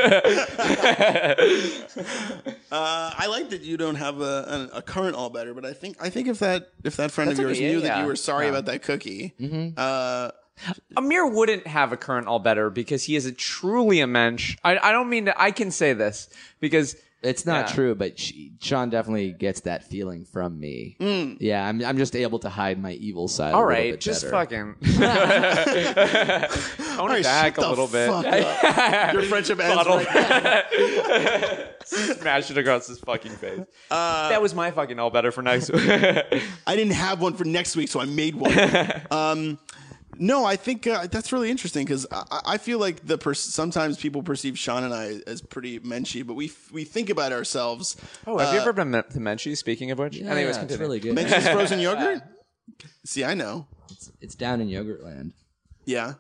C: I like that you don't have a, a, a current all better, but I think I think if that if that friend of
D: That's
C: yours
D: okay, yeah,
C: knew that
D: yeah. Mm-hmm.
C: you were sorry about that cookie, uh,
D: Amir wouldn't have a current all better because he is a truly a mensch. I, I don't mean to. I can say this because
E: It's not
D: Yeah.
E: true, but she, Sean definitely gets that feeling from me. Yeah, I'm, I'm just able to hide my evil side.
D: Mm. all
E: a little
D: right,
E: bit
D: just
E: better.
D: fucking. Own it
C: right,
D: back
C: shut
D: a
C: the
D: little bit.
C: fuck up. your friendship ends.
D: Bottle.
C: right
D: Smash it across his fucking face. that was my fucking all better for next. week.
C: I didn't have one for next week, so I made one. um, no, I think uh, that's really interesting because I, I feel like the pers- sometimes people perceive Sean and I as pretty menschy, but we f- we think about ourselves.
D: oh, have you ever been to Menchie? Speaking of which,
E: Yeah,
D: anyways,
E: it's
D: continue.
E: really good.
C: Mentions frozen yogurt. See, I know.
E: It's, it's down in Yogurtland.
C: Yeah,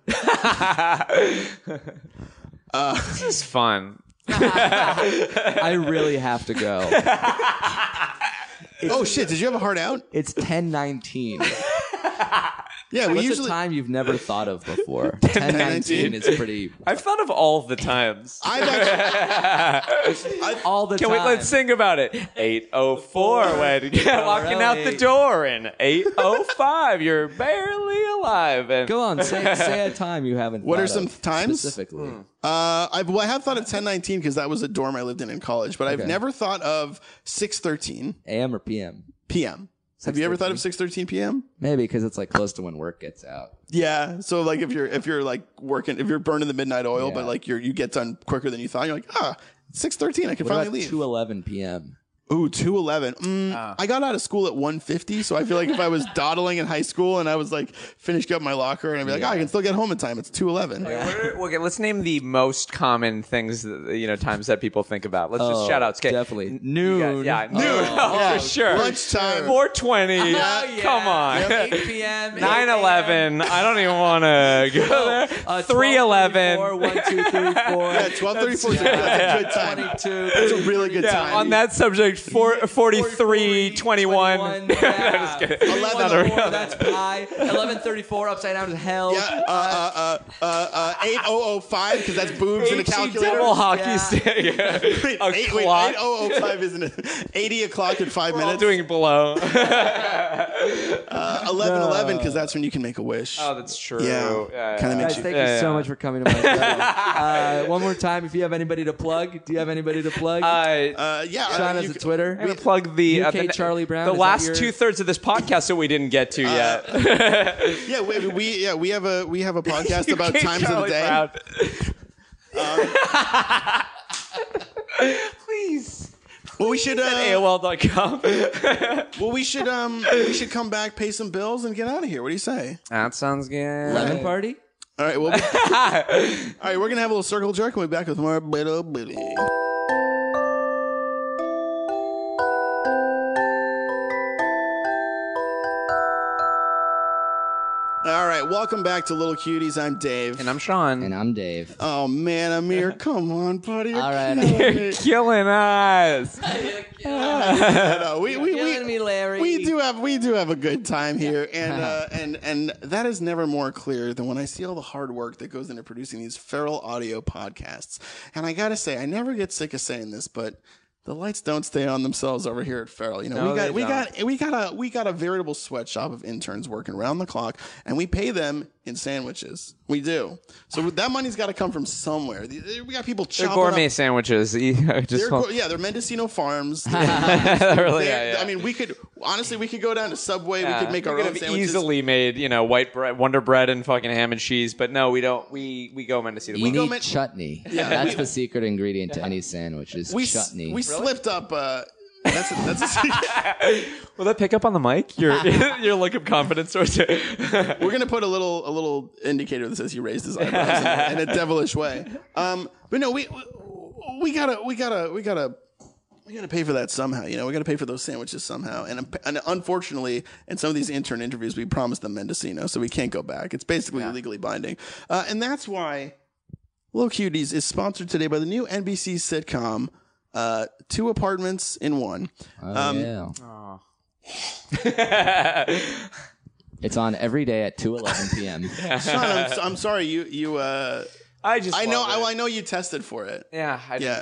D: This is fun.
E: I really have to go.
C: oh shit! Did you have a heart out?
E: It's 1019.
C: Yeah, we
E: What's
C: usually.
E: a time you've never thought of before? 1019 is pretty
D: I've thought of all the times.
C: I've actually,
E: all the
D: Can
E: time.
D: we let's sing about it? 804 when yeah, walking out the
E: early.
D: door and 805 you're barely alive and
E: Go on, say, say a time you haven't.
C: What
E: thought
C: are some
E: of
C: times?
E: specifically?
D: Hmm.
C: uh, I've, well, I have thought of ten nineteen because that was a dorm I lived in in college, but I've
E: Okay.
C: never thought of six thirteen
E: AM or PM?
C: p.m. Have you ever thought of six thirteen p.m.?
E: Maybe because it's like close to when work gets out.
C: Yeah. So like if you're if you're like working if you're burning the midnight oil,
E: Yeah.
C: but like you're you get done quicker than you thought, you're like, ah, six thirteen, I can
E: What
C: finally
E: about
C: leave.
E: 2:11 p.m.
C: Ooh, 211. Mm,
E: Ah.
C: I got out of school at 150, so I feel like if I was dawdling in high school and I was like finishing up my locker and I'd be like, oh, I can still get home in time. It's 211.
D: What are- okay, let's name the most common things, that, you know, times that people think about. Let's just
E: Oh,
D: shout out. Okay.
E: definitely.
D: N-
E: Noon.
D: you guys- Yeah,
E: Oh.
D: noon. Oh, for sure.
C: Lunchtime.
D: 420.
E: Oh,
C: yeah.
D: Come on.
E: 8 p.m.
D: 9 11. I don't even want to go there.
E: Uh,
D: 3 11.
E: 12:34,
C: Uh, Yeah, 1234 is a- that's a good time.
E: 22.
C: That's a really good
D: Yeah,
C: time.
D: on that subject, four, 43 21.
E: yeah.
D: just kidding.
C: 11
E: Eleven thirty four, that's pi. Eleven thirty four, upside down is hell.
C: Yeah, uh, uh, uh, uh, uh, 8005, because that's boobs in a calculator.
D: double hockey
E: Yeah.
D: stick.
C: Wait,
D: a
C: eight, oh wait,
D: clock.
C: 8005 isn't it? 80 o'clock in five
D: We're all
C: minutes.
D: doing below.
C: uh, 11 11, because that's when you can make a wish.
D: oh, that's true.
C: Yeah. Kinda makes
E: Guys,
C: you-
E: thank
D: Yeah,
E: you so
D: yeah.
E: much for coming to my show. uh, one more time, if you have anybody to plug, do you have anybody to plug?
D: Uh,
C: uh, yeah.
E: Sean
C: uh,
E: has
C: you
E: a
C: c-
E: Twitter.
D: I'm gonna plug the uh,
E: UK
D: the,
E: Charlie Brown,
D: the
E: is that
D: last
E: your-
D: two thirds of this podcast that we didn't get
C: Uh,
D: to yet.
C: Yeah, we, we yeah we have a we have a podcast about
D: UK
C: times of the
D: Charlie
C: day. Um,
D: Brown. Please.
C: Well, we should uh,
D: AOL.com.
C: well we should um we should come back, pay some bills, and get out of here. What do you say?
D: That sounds good.
E: Lemon party.
C: All right, well, all right, we're gonna have a little circle jerk, and we'll be back with more bitter bitty. All right, welcome back to Little Cuties. I'm Dave.
D: And I'm Sean.
E: And I'm Dave.
C: oh man, Amir, come on, buddy. You're
E: All right.
C: killing me.
D: You're killing us.
C: No, uh, we we we, we do have we do have a good time here, and uh, and and that is never more clear than when I see all the hard work that goes into producing these feral audio podcasts. And I gotta say, I never get sick of saying this, but. The lights don't stay on themselves over here at Feral. You know,
D: No,
C: we got
D: they
C: we
D: don't.
C: got we got a we got a veritable sweatshop of interns working round the clock, and we pay them in sandwiches. We do. So that money's got to come from somewhere. The- We got people
D: They're
C: chopping
D: gourmet
C: up.
D: sandwiches. You know, Just
C: They're, go- yeah, they're Mendocino Farms.
D: really,
C: They're-
D: Oh, yeah, yeah.
C: I mean, we could honestly, we could go down to Subway.
D: Yeah.
C: We could make
D: We
C: our
D: could
C: own
D: have
C: sandwiches.
D: easily made you know white bread, Wonder Bread, and fucking ham and cheese. But no, we don't. We we go Mendocino.
E: You
C: go
E: need
C: men-
E: chutney.
C: Yeah,
E: that's
C: we-
E: the secret ingredient to any sandwich is
C: We s-
E: chutney.
C: we slipped up. Uh, that's a, that's a,
D: Will that pick up on the mic? Your your look of confidence towards it.
C: we're gonna put a little a little indicator that says he raised his eyebrows in, in a devilish way. Um, but no, we we gotta we gotta we gotta. We gotta pay for that somehow, you know. We gotta pay for those sandwiches somehow, and, um, and unfortunately, in some of these intern interviews, we promised them Mendocino, so we can't go back. It's basically legally binding, uh, and that's why Low Cuties is sponsored today by the new NBC sitcom uh, Two Apartments in One.
E: oh,
C: um,
E: yeah. It's on every day at 2:11 p.m.
C: Sean, I'm, I'm sorry, you you. Uh,
D: I just
C: I know,
D: love it.
C: I, I know you tested for it.
D: yeah, I
C: Yeah.
D: didn't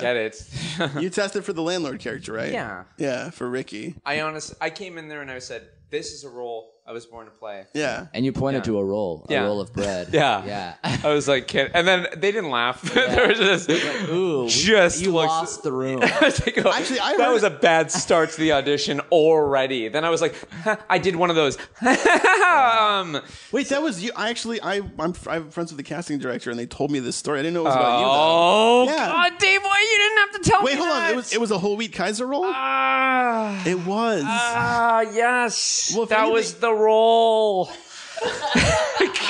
D: get it.
C: You tested for the landlord character, right?
D: Yeah.
C: Yeah, for Ricky.
D: I honestly, I came in there and I said, "This is a role I was born to play."
C: Yeah.
E: And you pointed to a roll, a
D: Yeah.
E: roll of bread.
D: Yeah.
E: Yeah.
D: I was like, kid. and then they didn't laugh. they were just,
E: Ooh, we-
D: Just
E: you
D: looks-
E: lost the room.
D: I was like, oh,
C: Actually, I
D: that
C: heard-
D: was a bad start to the audition already. Then I was like, huh, I did one of those. um,
C: Wait, that was you. I actually, I, I'm, I'm friends with the casting director, and they told me this story. I didn't know it was about you. though.
D: oh
C: Yeah.
D: God, Dave, why you didn't have to tell
C: Wait,
D: me
C: hold
D: that?
C: on. It was, it was a whole wheat Kaiser roll.
D: Ah,
C: it was.
D: ah, yes.
C: Well, if
D: that
C: anything-
D: was the role.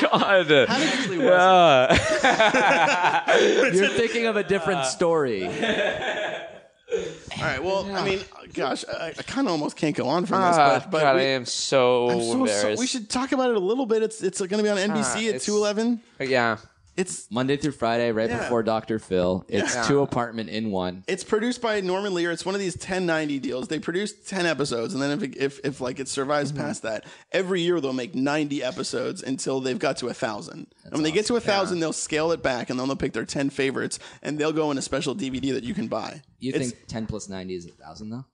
D: God.
C: Actually,
D: Yeah.
E: You're thinking of a different story.
C: All right. Well, I mean, gosh, I, I kind of almost can't go on from this,
D: Ah,
C: but, but
D: God,
C: we,
D: I am so,
C: I'm so
D: embarrassed. Ah,
C: sorry. we should talk about it a little bit. It's it's going to be on NBC at
D: it's-
C: two eleven.
D: Yeah.
C: It's
E: Monday through Friday, right
C: Yeah.
E: before Dr. Phil. It's two apartment in one.
C: it's produced by Norman Lear. It's one of these 1090 deals. They produce 10 episodes, and then if it, if, if like it survives
E: Mm-hmm.
C: past that, every year they'll make 90 episodes until they've got to a thousand. And when they get to a thousand, they'll scale it back, and then they'll pick their 10 favorites, and they'll go in a special DVD that you can buy.
E: You
C: It's-
E: think 10 plus 90 is a 1,000, though?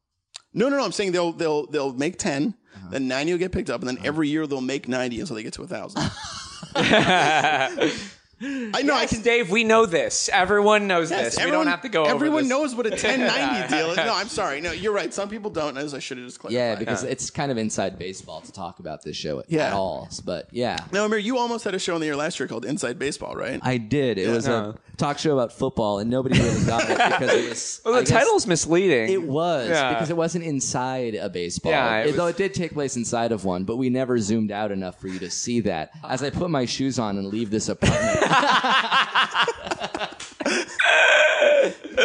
C: No, no, no. I'm saying they'll they'll they'll make 10,
E: Uh-huh.
C: then 90 will get picked up, and then every year they'll make 90 until they get to a thousand. I know I
D: Yes,
C: can
D: Dave, we know this. Everyone knows
C: Yes,
D: this. we don't have to go over
C: Everyone
D: this.
C: knows what a 1090 deal is. No, I'm sorry. No, you're right. Some people don't. As I should have just clarified.
E: Yeah, because it's kind of inside baseball to talk about this show at,
C: Yeah.
E: at all. But yeah,
C: Now, Amir, you almost had a show in the air last year called Inside Baseball, right?
E: I did. It was
D: No.
E: a talk show about football, and nobody really got it because it was.
D: Well, Oh, the
E: I guess
D: title's misleading.
E: It was
D: Yeah.
E: because it wasn't inside a baseball.
D: Yeah, it
E: It- though
D: was-
E: it did take place inside of one, but we never zoomed out enough for you to see that. As I put my shoes on and leave this apartment,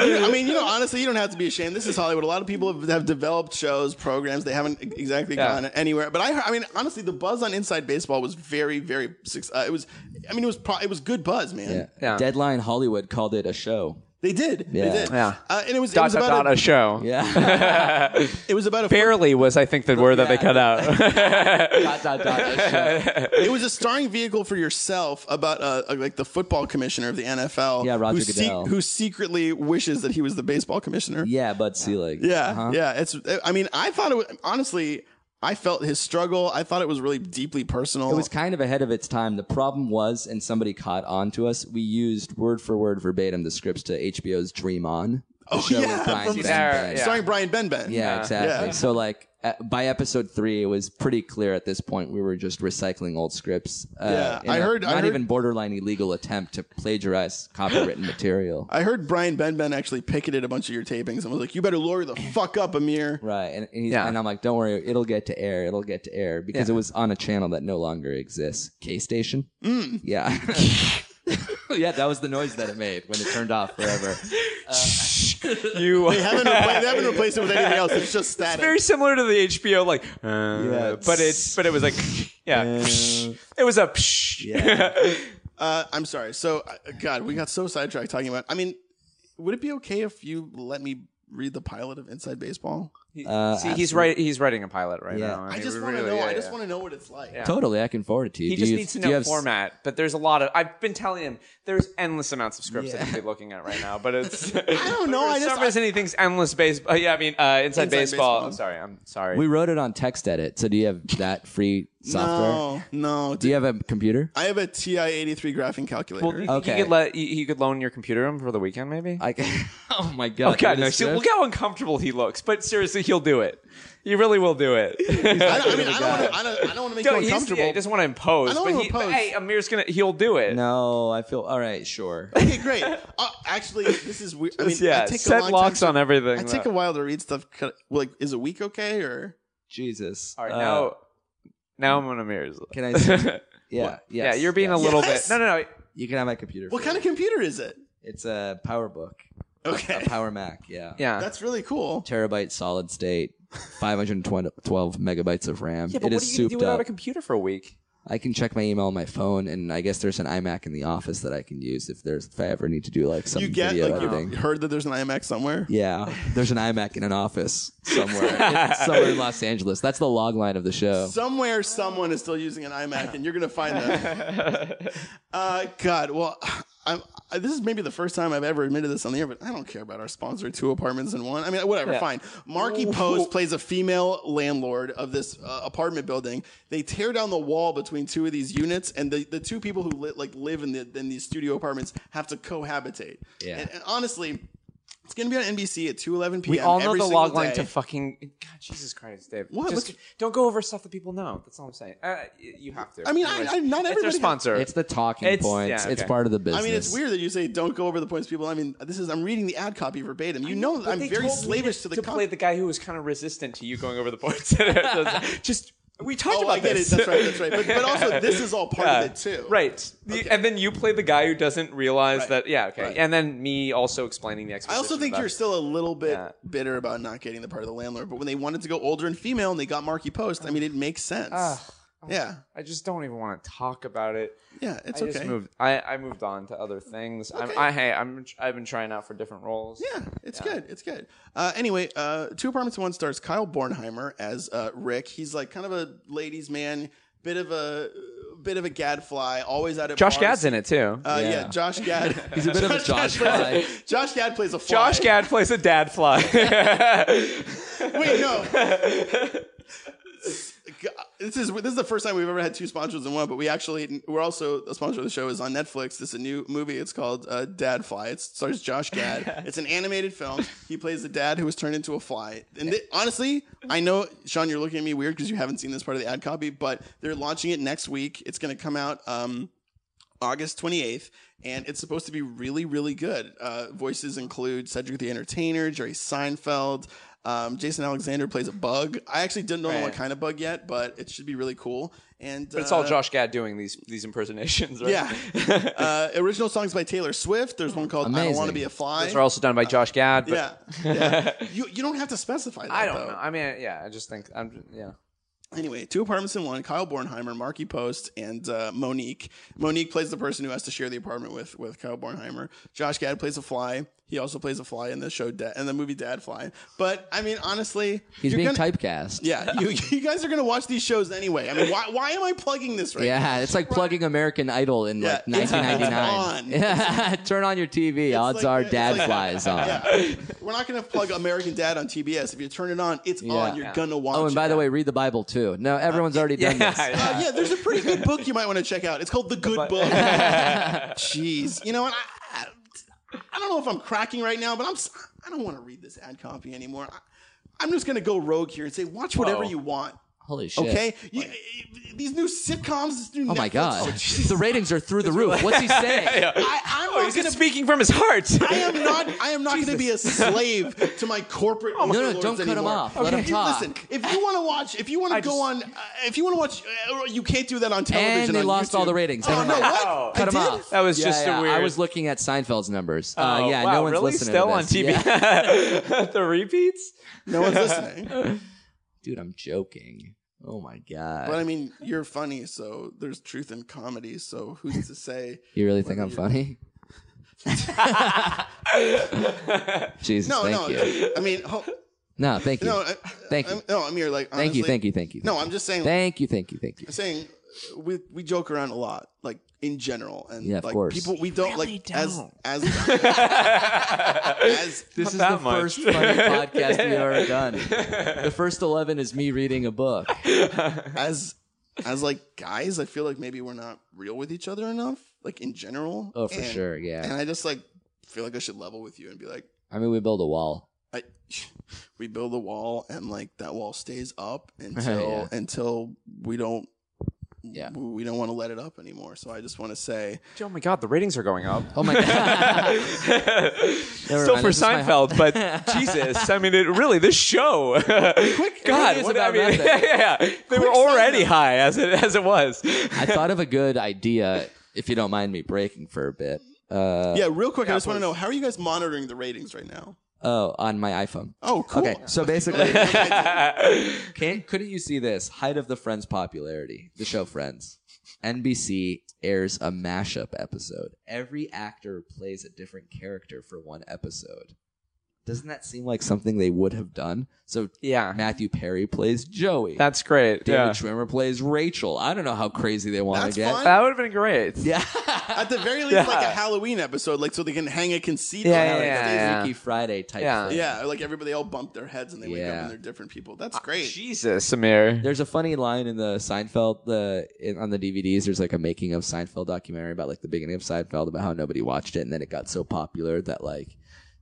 C: I mean, you know, honestly, you don't have to be ashamed. This is Hollywood. A lot of people have, have developed shows, programs. They haven't e- exactly
D: Yeah.
C: gone anywhere. But I, heard- I mean, honestly, the buzz on Inside Baseball was very, very. suc- Uh, it was, I mean, it was, pro- it was good buzz, man.
D: Yeah.
E: Deadline Hollywood called it a show.
C: They did. They
E: Yeah.
C: did.
D: Yeah.
C: Uh, and it was, it
D: dot
C: was
D: dot
C: about
D: dot
C: a,
D: a show.
E: Yeah,
C: it was about a
D: Barely was, I think, the word that they cut out.
E: dot dot dot. a show.
C: it was a starring vehicle for yourself about uh, uh, like the football commissioner of the NFL.
E: Yeah, Roger
C: who, sec-
E: Goodell.
C: who secretly wishes that he was the baseball commissioner.
E: Yeah, uh-huh. Bud Selig.
C: Yeah, yeah. It's. I mean, I thought it was honestly. I felt his struggle. I thought it was really deeply personal.
E: It was kind of ahead of its time. The problem was, and somebody caught on to us, we used word for word verbatim the scripts to HBO's Dream On. the
C: Oh,
E: show with
C: yeah,
E: Brian
C: from-
E: Benben.
D: Yeah.
E: yeah.
C: starring Brian Benben.
E: exactly.
C: Yeah.
E: So, like, at, by episode three, it was pretty clear at this point we were just recycling old scripts. uh,
C: Yeah,
E: in
C: I
E: a
C: heard- I
E: Not
C: heard-
E: even borderline illegal attempt to plagiarize copywritten material.
C: I heard Brian Benben actually picketed a bunch of your tapings and was like, "You better lawyer the fuck up, Amir."
E: Right, and and, he's,
D: Yeah.
E: and I'm like, don't worry, it'll get to air, it'll get to air because it was on a channel that no longer exists, K Station.
C: Mm.
E: Yeah, yeah, that was the noise that it made when it turned off forever.
D: you uh,
C: They haven't, repla- they haven't replaced it with anything else. It's just static.
D: very similar to the HBO, like, uh,
E: Yeah.
D: but it's but it was like, yeah, it was a. psh.
C: Uh, I'm sorry. So, uh, God, we got so sidetracked talking about. I mean, would it be okay if you let me read the pilot of Inside Baseball?
E: Uh,
D: See, he's right. He's writing a pilot right
E: Yeah.
D: now.
C: I just want to know. I just want to know what it's like.
E: totally, I can forward it to you.
D: He
E: Do
D: just
E: you-
D: needs to
E: do
D: know
E: you have s-
D: format, but there's a lot of. I've been telling him there's endless amounts of scripts that
E: Yeah.
D: he could be looking at right now, but it's. I don't
C: know, I
D: For
C: just-
D: some reason, he thinks endless baseball. Yeah, I mean, uh, inside,
C: Inside
D: baseball.
C: baseball.
D: I'm sorry. I'm sorry.
E: We wrote it on text edit, so do you have that free software?
C: No, no.
E: Do you have a computer?
C: I have a TI-83 graphing calculator.
D: well, you, think you
E: Okay.
D: could let you, you could loan your computer to him for the weekend, maybe.
E: I can- oh my god!
D: Oh, God,
E: what
D: no.
E: is
D: See,
E: this?
D: look how uncomfortable he looks. But seriously, he'll do it. He really will do it.
C: I, don't, I mean, I don't, wanna, I don't, I don't want to make
D: No,
C: you
D: he's-
C: uncomfortable.
D: yeah, he doesn't want to impose.
C: I don't
D: but
C: wanna
D: he- but
C: impose.
D: hey, Amir's gonna. He'll do it.
E: No, I feel all right. Sure.
C: okay, great. Uh, actually, this is weird. I mean,
D: yeah,
C: I take
D: set
C: a long
D: locks
C: time
D: on everything.
C: I take a while to read stuff. Cut- Like, is a week okay or?
E: Jesus.
D: All right,
E: Uh,
D: now, now I'm on Amir's.
E: Can I? s- yeah.
D: yeah,
E: Yes,
D: you're being
E: yes.
D: a little
C: Yes.
D: bit. No, no, no.
E: You can have my computer.
C: What
E: for
C: kind
E: you.
C: of computer is it?
E: It's a PowerBook,
C: Okay,
E: a uh, Power Mac. Yeah.
D: Yeah.
C: that's really cool.
E: Terabyte solid state, 512 megabytes of RAM.
D: yeah, but what
E: It is
D: are you gonna do
E: souped
D: without
E: up.
D: a computer for a week?
E: I can check my email on my phone, and I guess there's an iMac in the office that I can use if there's if I ever need to do like some
C: You get
E: video
C: like
E: editing.
C: you heard that there's an IMAX somewhere.
E: Yeah, there's an iMac in an office somewhere, somewhere in Los Angeles. That's the log line of the show.
C: Somewhere, someone is still using an iMac, and you're gonna find them. uh, God, well, I'm, I, this is maybe the first time I've ever admitted this on the air, but I don't care about our sponsor, two apartments in one. I mean, whatever, fine. Marky Pose plays a female landlord of this uh, apartment building. They tear down the wall between two of these units, and the, the two people who li- like live in the in these studio apartments have to cohabitate.
E: Yeah.
C: and, and honestly. It's gonna be on NBC at 2:11 p.m.
D: We all know
C: every
D: the
C: single
D: log line
C: day.
D: to fucking God, Jesus Christ, Dave.
C: What?
D: Just
C: What's-
D: don't go over stuff that people know. That's all I'm saying. Uh, y- you have to.
C: I mean, I- I- not
D: it's their
C: everybody-
D: sponsor.
E: It's the talking
D: It's-
E: points.
D: yeah,
E: It's
D: okay.
E: part of the business.
C: I mean, it's weird that you say don't go over the points, people. I mean, this is I'm reading the ad copy verbatim. You know, that
D: But
C: I'm
D: they
C: very
D: told me
C: slavish to the
D: to
C: com-
D: play the guy who was kind of resistant to you going over the points. So it's Just we talked
C: Oh,
D: about
C: I get
D: this.
C: it. That's right. That's right. But, but also, this is all part
D: Yeah.
C: of it too.
D: Right. The- And then you play the guy who doesn't realize
C: Right.
D: that. Yeah. Okay.
C: Right.
D: And then me also explaining the
C: I
D: exposition.
C: also think
D: about-
C: you're still a little bit
D: Yeah.
C: bitter about not getting the part of the landlord. But when they wanted to go older and female, and they got Marky Post, I mean, it makes sense.
D: Ah.
C: yeah.
D: I just don't even want to talk about it.
C: Yeah. It's
D: I
C: okay.
D: just moved. I, I moved on to other things. I'm, I hey, I'm I've been trying out for different roles.
C: Yeah, it's good. It's good. Uh, anyway, uh, Two Apartments in One stars Kyle Bornheimer as uh, Rick. He's like kind of a ladies' man, bit of a bit of a gadfly, always out at
D: Josh
C: bars.
D: Gad's in it too.
C: Uh, yeah.
E: Yeah.
C: Josh Gad.
E: He's a bit of a Josh guy.
C: Josh Gad plays a fly.
D: Josh Gad plays a dad fly.
C: Wait, no. this is this is the first time we've ever had two sponsors in one. But we actually we're also a sponsor of the show is on Netflix. This is a new movie. It's called uh, Dad Fly. It stars Josh Gad. it's an animated film. He plays the dad who was turned into a fly. And thi- honestly, I know Sean, you're looking at me weird because you haven't seen this part of the ad copy. But they're launching it next week. It's going to come out. Um, August 28th, and it's supposed to be really, really good. Uh, voices include Cedric the Entertainer, Jerry Seinfeld, um, Jason Alexander plays a bug. I actually didn't know what
D: Right.
C: kind of bug yet, but it should be really cool. And
D: But it's all Josh Gad doing these these impersonations, right?
C: Uh, Yeah. uh, original songs by Taylor Swift. There's one called "I Don't
E: Amazing.
C: Want to Be a Fly."
D: Those are also done by Josh Gad. But
C: yeah, yeah. you you don't have to specify that.
D: I don't
C: though.
D: know. I mean, yeah, I just think I'm yeah.
C: Anyway, two apartments in one. Kyle Bornheimer, Marky Post, and uh, Monique. Monique plays the person who has to share the apartment with with Kyle Bornheimer. Josh Gad plays a fly. He also plays a fly in the show da- in the movie Dad Fly. But I mean, honestly,
E: He's
C: you're
E: being
C: gonna-
E: typecast.
C: Yeah, you, you guys are gonna watch these shows anyway. I mean, why why am I plugging this right? now?
E: Yeah, it's like plugging American Idol in like
C: Yeah, it's- it's
E: 1999.
C: on.
E: Yeah, turn on your TV. Odds
C: like-
E: are
C: it's
E: Dad
C: like-
E: Flies on.
C: Yeah. We're not gonna plug American Dad on TBS. If you turn it on, it's on. You're gonna watch.
E: Oh, and by
C: it.
E: the way, read the Bible too. No, everyone's already done this.
D: yeah.
C: Uh, yeah, there's a pretty good book you might want to check out. It's called The Good Book. Jeez, you know, and I, I, I don't know if I'm cracking right now, but I'm. s- I don't want to read this ad copy anymore. I, I'm just gonna go rogue here and say, watch whatever
D: Whoa.
C: you want.
E: Holy shit.
C: Okay, you, these new sitcoms, this new
E: Oh my
C: Netflix-
E: god.
C: Oh, jeez.
E: the ratings are through the roof. What's he saying?
C: I, I'm
D: Oh,
C: not
D: he's
C: gonna.
D: just speaking from his heart.
C: I am not. I am not going to be a slave to my corporate. Oh,
E: no, don't cut him off. Let him talk.
C: Listen, if you want to watch, if you want to
D: I
C: go
D: just-
C: on, uh, if you want to watch, uh, you can't do that on television.
E: And they
C: on
E: lost all
C: YouTube.
E: the ratings.
C: Oh,
E: Never
C: no,
E: mind.
C: what?
E: Cut
C: I
E: him
C: did?
E: off.
D: That was
E: Yeah,
D: just a
E: yeah, I
D: weird-
E: was looking at Seinfeld's numbers. uh,
D: Oh,
E: yeah,
D: wow,
E: no one's
D: really?
E: listening
D: Still
E: to
D: on
E: this.
D: TV.
E: Yeah.
D: the repeats.
C: No one's listening.
E: Dude, I'm joking. Oh my god.
C: But I mean, you're funny, so there's truth in comedy. So who's to say?
E: you really think I'm funny? Jesus,
C: No,
E: thank
C: no.
E: you.
C: I mean, ho-
E: No, thank you.
C: no. I,
E: Thank
C: I,
E: you.
C: No, I'm here. Like,
E: thank you,
C: honestly-
E: thank you, thank you.
C: No, I'm just saying.
E: Thank you, thank you, thank you.
C: I'm saying uh, we we joke around a lot, like in general, and
E: Yeah, of
C: like
E: course.
C: people we don't like
A: don't.
C: as as as
E: This is
D: that
E: the
D: much.
E: first funny podcast we've ever done. The first 11 is me reading a book.
C: as as like guys, I feel like maybe we're not real with each other enough, like in general.
E: Oh, for
C: And-
E: sure, yeah.
C: And I just like feel like I should level with you and be like,
E: I mean, we build a wall.
C: I we build a wall and like that wall stays up until
E: Yeah.
C: until we don't
E: Yeah.
C: we don't want to let it up anymore. So I just want to say
D: Oh my god, the ratings are going up.
E: Oh my god. Never
D: Still
E: mind,
D: for
E: this is my-
D: Seinfeld, but Jesus, I mean, it really this show. God,
E: is
D: what, I
E: about
D: mean,
E: nothing.
D: yeah, yeah, they were already high as it as it was.
E: I thought of a good idea, if you don't mind me breaking for a bit. Uh,
C: yeah, real quick. I just want to know how are you guys monitoring the ratings right now?
E: Oh, on my iPhone.
C: Oh, cool.
E: Okay, so basically, can't, couldn't you see this? Height of the Friends popularity, the show Friends. NBC airs a mashup episode. Every actor plays a different character for one episode. Doesn't that seem like something they would have done? So
D: Yeah.
E: Matthew Perry plays Joey.
D: That's great.
E: David
D: yeah.
E: Schwimmer plays Rachel. I don't know how crazy they want
C: That's
E: to get.
C: fine.
D: That would have been great.
E: Yeah.
C: At the very least, like a Halloween episode, like so they can hang a conceit.
D: Yeah,
C: on
D: yeah,
C: it.
D: yeah, yeah.
E: Freaky Friday type
D: Yeah.
E: thing.
C: Yeah, like everybody all bump their heads and they wake up
E: Yeah.
C: and they're different people. That's great.
D: Jesus, Samir.
E: There's a funny line in the Seinfeld the in, on the DVDs. There's like a making of Seinfeld documentary about like the beginning of Seinfeld about how nobody watched it, and then it got so popular that like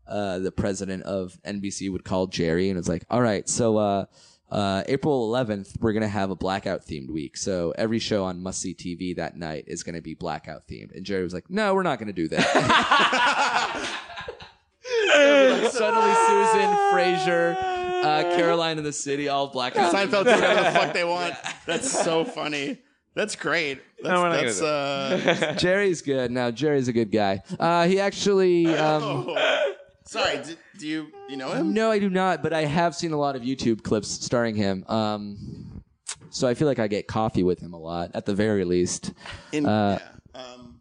E: uh, the president of NBC would call Jerry and it's like, all right, so uh, uh, April 11th we're gonna have a blackout themed week. So every show on Must See TV that night is gonna be blackout themed. And Jerry was like, no, we're not gonna do that. Suddenly, Susan, Frasier, uh, Caroline in the City, all blackout.
C: Seinfeld do whatever the fuck they want. That's so funny. That's great. That's,
D: we're not
C: that's
D: gonna
C: uh,
E: Jerry's good. Now Jerry's a good guy. Uh, he actually. Um,
C: oh. sorry. Do, do you you know him?
E: no, I do not, but I have seen a lot of YouTube clips starring him. Um, so I feel like I get coffee with him a lot, at the very least.
C: In,
E: Uh,
C: yeah. um,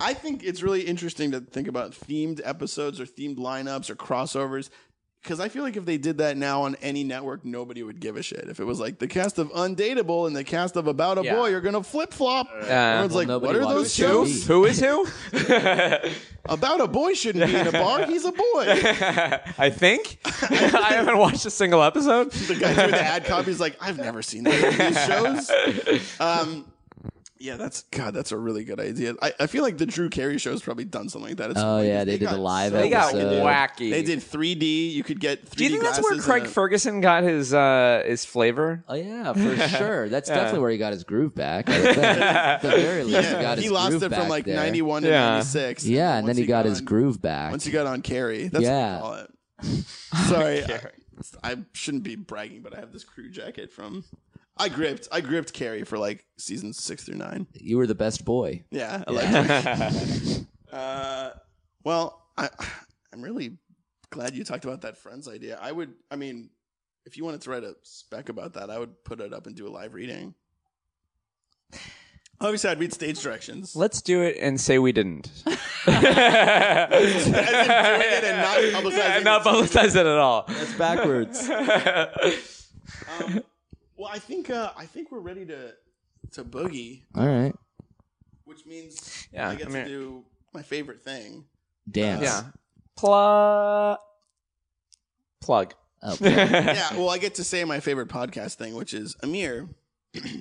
C: I think it's really interesting to think about themed episodes or themed lineups or crossovers. Because I feel like if they did that now on any network, nobody would give a shit. If it was like the cast of Undateable and the cast of About a
D: Yeah.
C: Boy are gonna flip flop, everyone's
E: Well,
C: like,
E: nobody
C: "What are
E: watches
C: those shows?
E: TV.
D: Who is who?
C: About a Boy shouldn't be in a bar. He's a boy."
D: I think. I haven't watched a single episode.
C: the guy doing the ad copy is like, "I've never seen that these shows." Um, yeah, that's God. That's a really good idea. I, I feel like the Drew Carey show's probably done something like that. It's
E: Oh, yeah, they did
C: got
E: a live
D: They got
E: episode.
D: wacky.
C: They did 3D. You could get 3D.
D: Do you think that's where
C: glasses
D: Craig
C: and a-
D: Ferguson got his uh, his flavor?
E: Oh yeah, for sure. That's definitely where he got his groove back. I would think. At the very least, he got
C: he
E: his
C: lost
E: groove
C: it
E: back
C: from like
E: there.
C: 91 to
D: Yeah.
C: 96.
E: Yeah, and then
C: once
E: he got his
C: on-
E: groove back.
C: Once he got on Carrie. That's
E: Yeah.
C: what we call it. Sorry. I, I shouldn't be bragging, but I have this crew jacket from. I gripped. I gripped Carrie for like seasons six through nine.
E: you were the best boy.
C: Yeah. I Like uh, well, I, I'm really glad you talked about that Friends idea. I would, I mean, if you wanted to write a spec about that, I would put it up and do a live reading. Obviously, I'd read stage directions.
D: Let's do it and say we didn't.
C: I've been doing it and not publicizing
D: and not
C: it.
D: publicize it at all.
E: It's backwards.
C: Um, Well, I think uh, I think we're ready to to boogie,
E: All right,
C: which means
D: Yeah,
C: I get
D: I mean-
C: to do my favorite thing.
E: dance.
D: yeah. Plug. Plug.
E: Oh, boy.
C: yeah, well, I get to say my favorite podcast thing, which is Amir.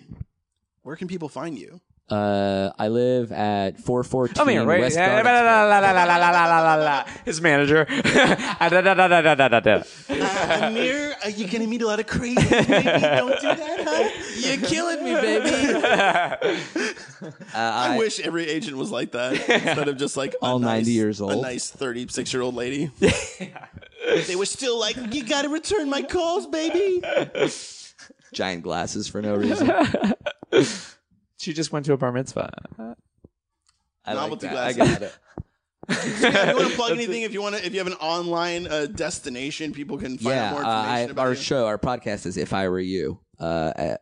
C: where can people find you?
E: uh, I live at four fourteen.
D: Come here, wait.
E: West
D: La, la,
E: Garden
D: la, la,
E: Square.
D: la, la, la, la, la, la. His manager. Ah, da, da, da, da, da, da, da, da.
C: Uh, Amir, are you gonna meet a lot of crazy? Maybe don't do that, huh? You're killing me, baby.
E: Uh,
C: I, wish every agent was like that instead of just like a
E: All
C: nice-
E: 90 years
C: a
E: old.
C: nice thirty-six-year-old lady. they were still like, "You gotta return my calls, baby."
E: Giant glasses for no reason.
D: She just went to a bar mitzvah.
E: I like
C: Novelty
E: that. I
C: glasses.
E: got
C: if
E: it.
C: you want to plug anything, if you want to, if you have an online uh, destination, people can find out
E: yeah,
C: more
E: uh,
C: information
E: I,
C: about
E: our
C: you.
E: show, our podcast is If I Were You. Uh,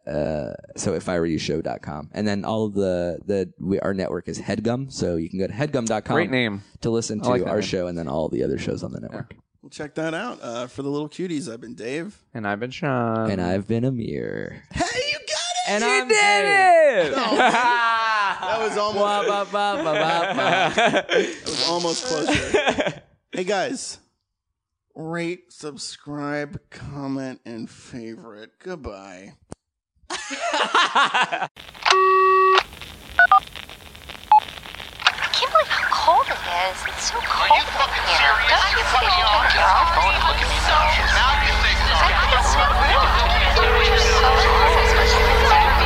E: uh, uh, so if I were you show.com. And then all of the, the, we, our network is Headgum. So you can go to headgum.com.
D: Great name.
E: To listen to
D: like that
E: our
D: name.
E: show and then all the other shows on the network.
C: Well, check that out uh, for the little cuties. I've been Dave.
D: And I've been Sean.
E: And I've been Amir.
C: Hey, you got it.
E: And
D: You did it!
C: That was almost that was almost closer. hey guys, rate, subscribe, comment, and favorite. Goodbye.
F: I can't believe how cold it is. It's so cold in here. Don't you think you think you're awful? I think it's so real. Temperatures so cold.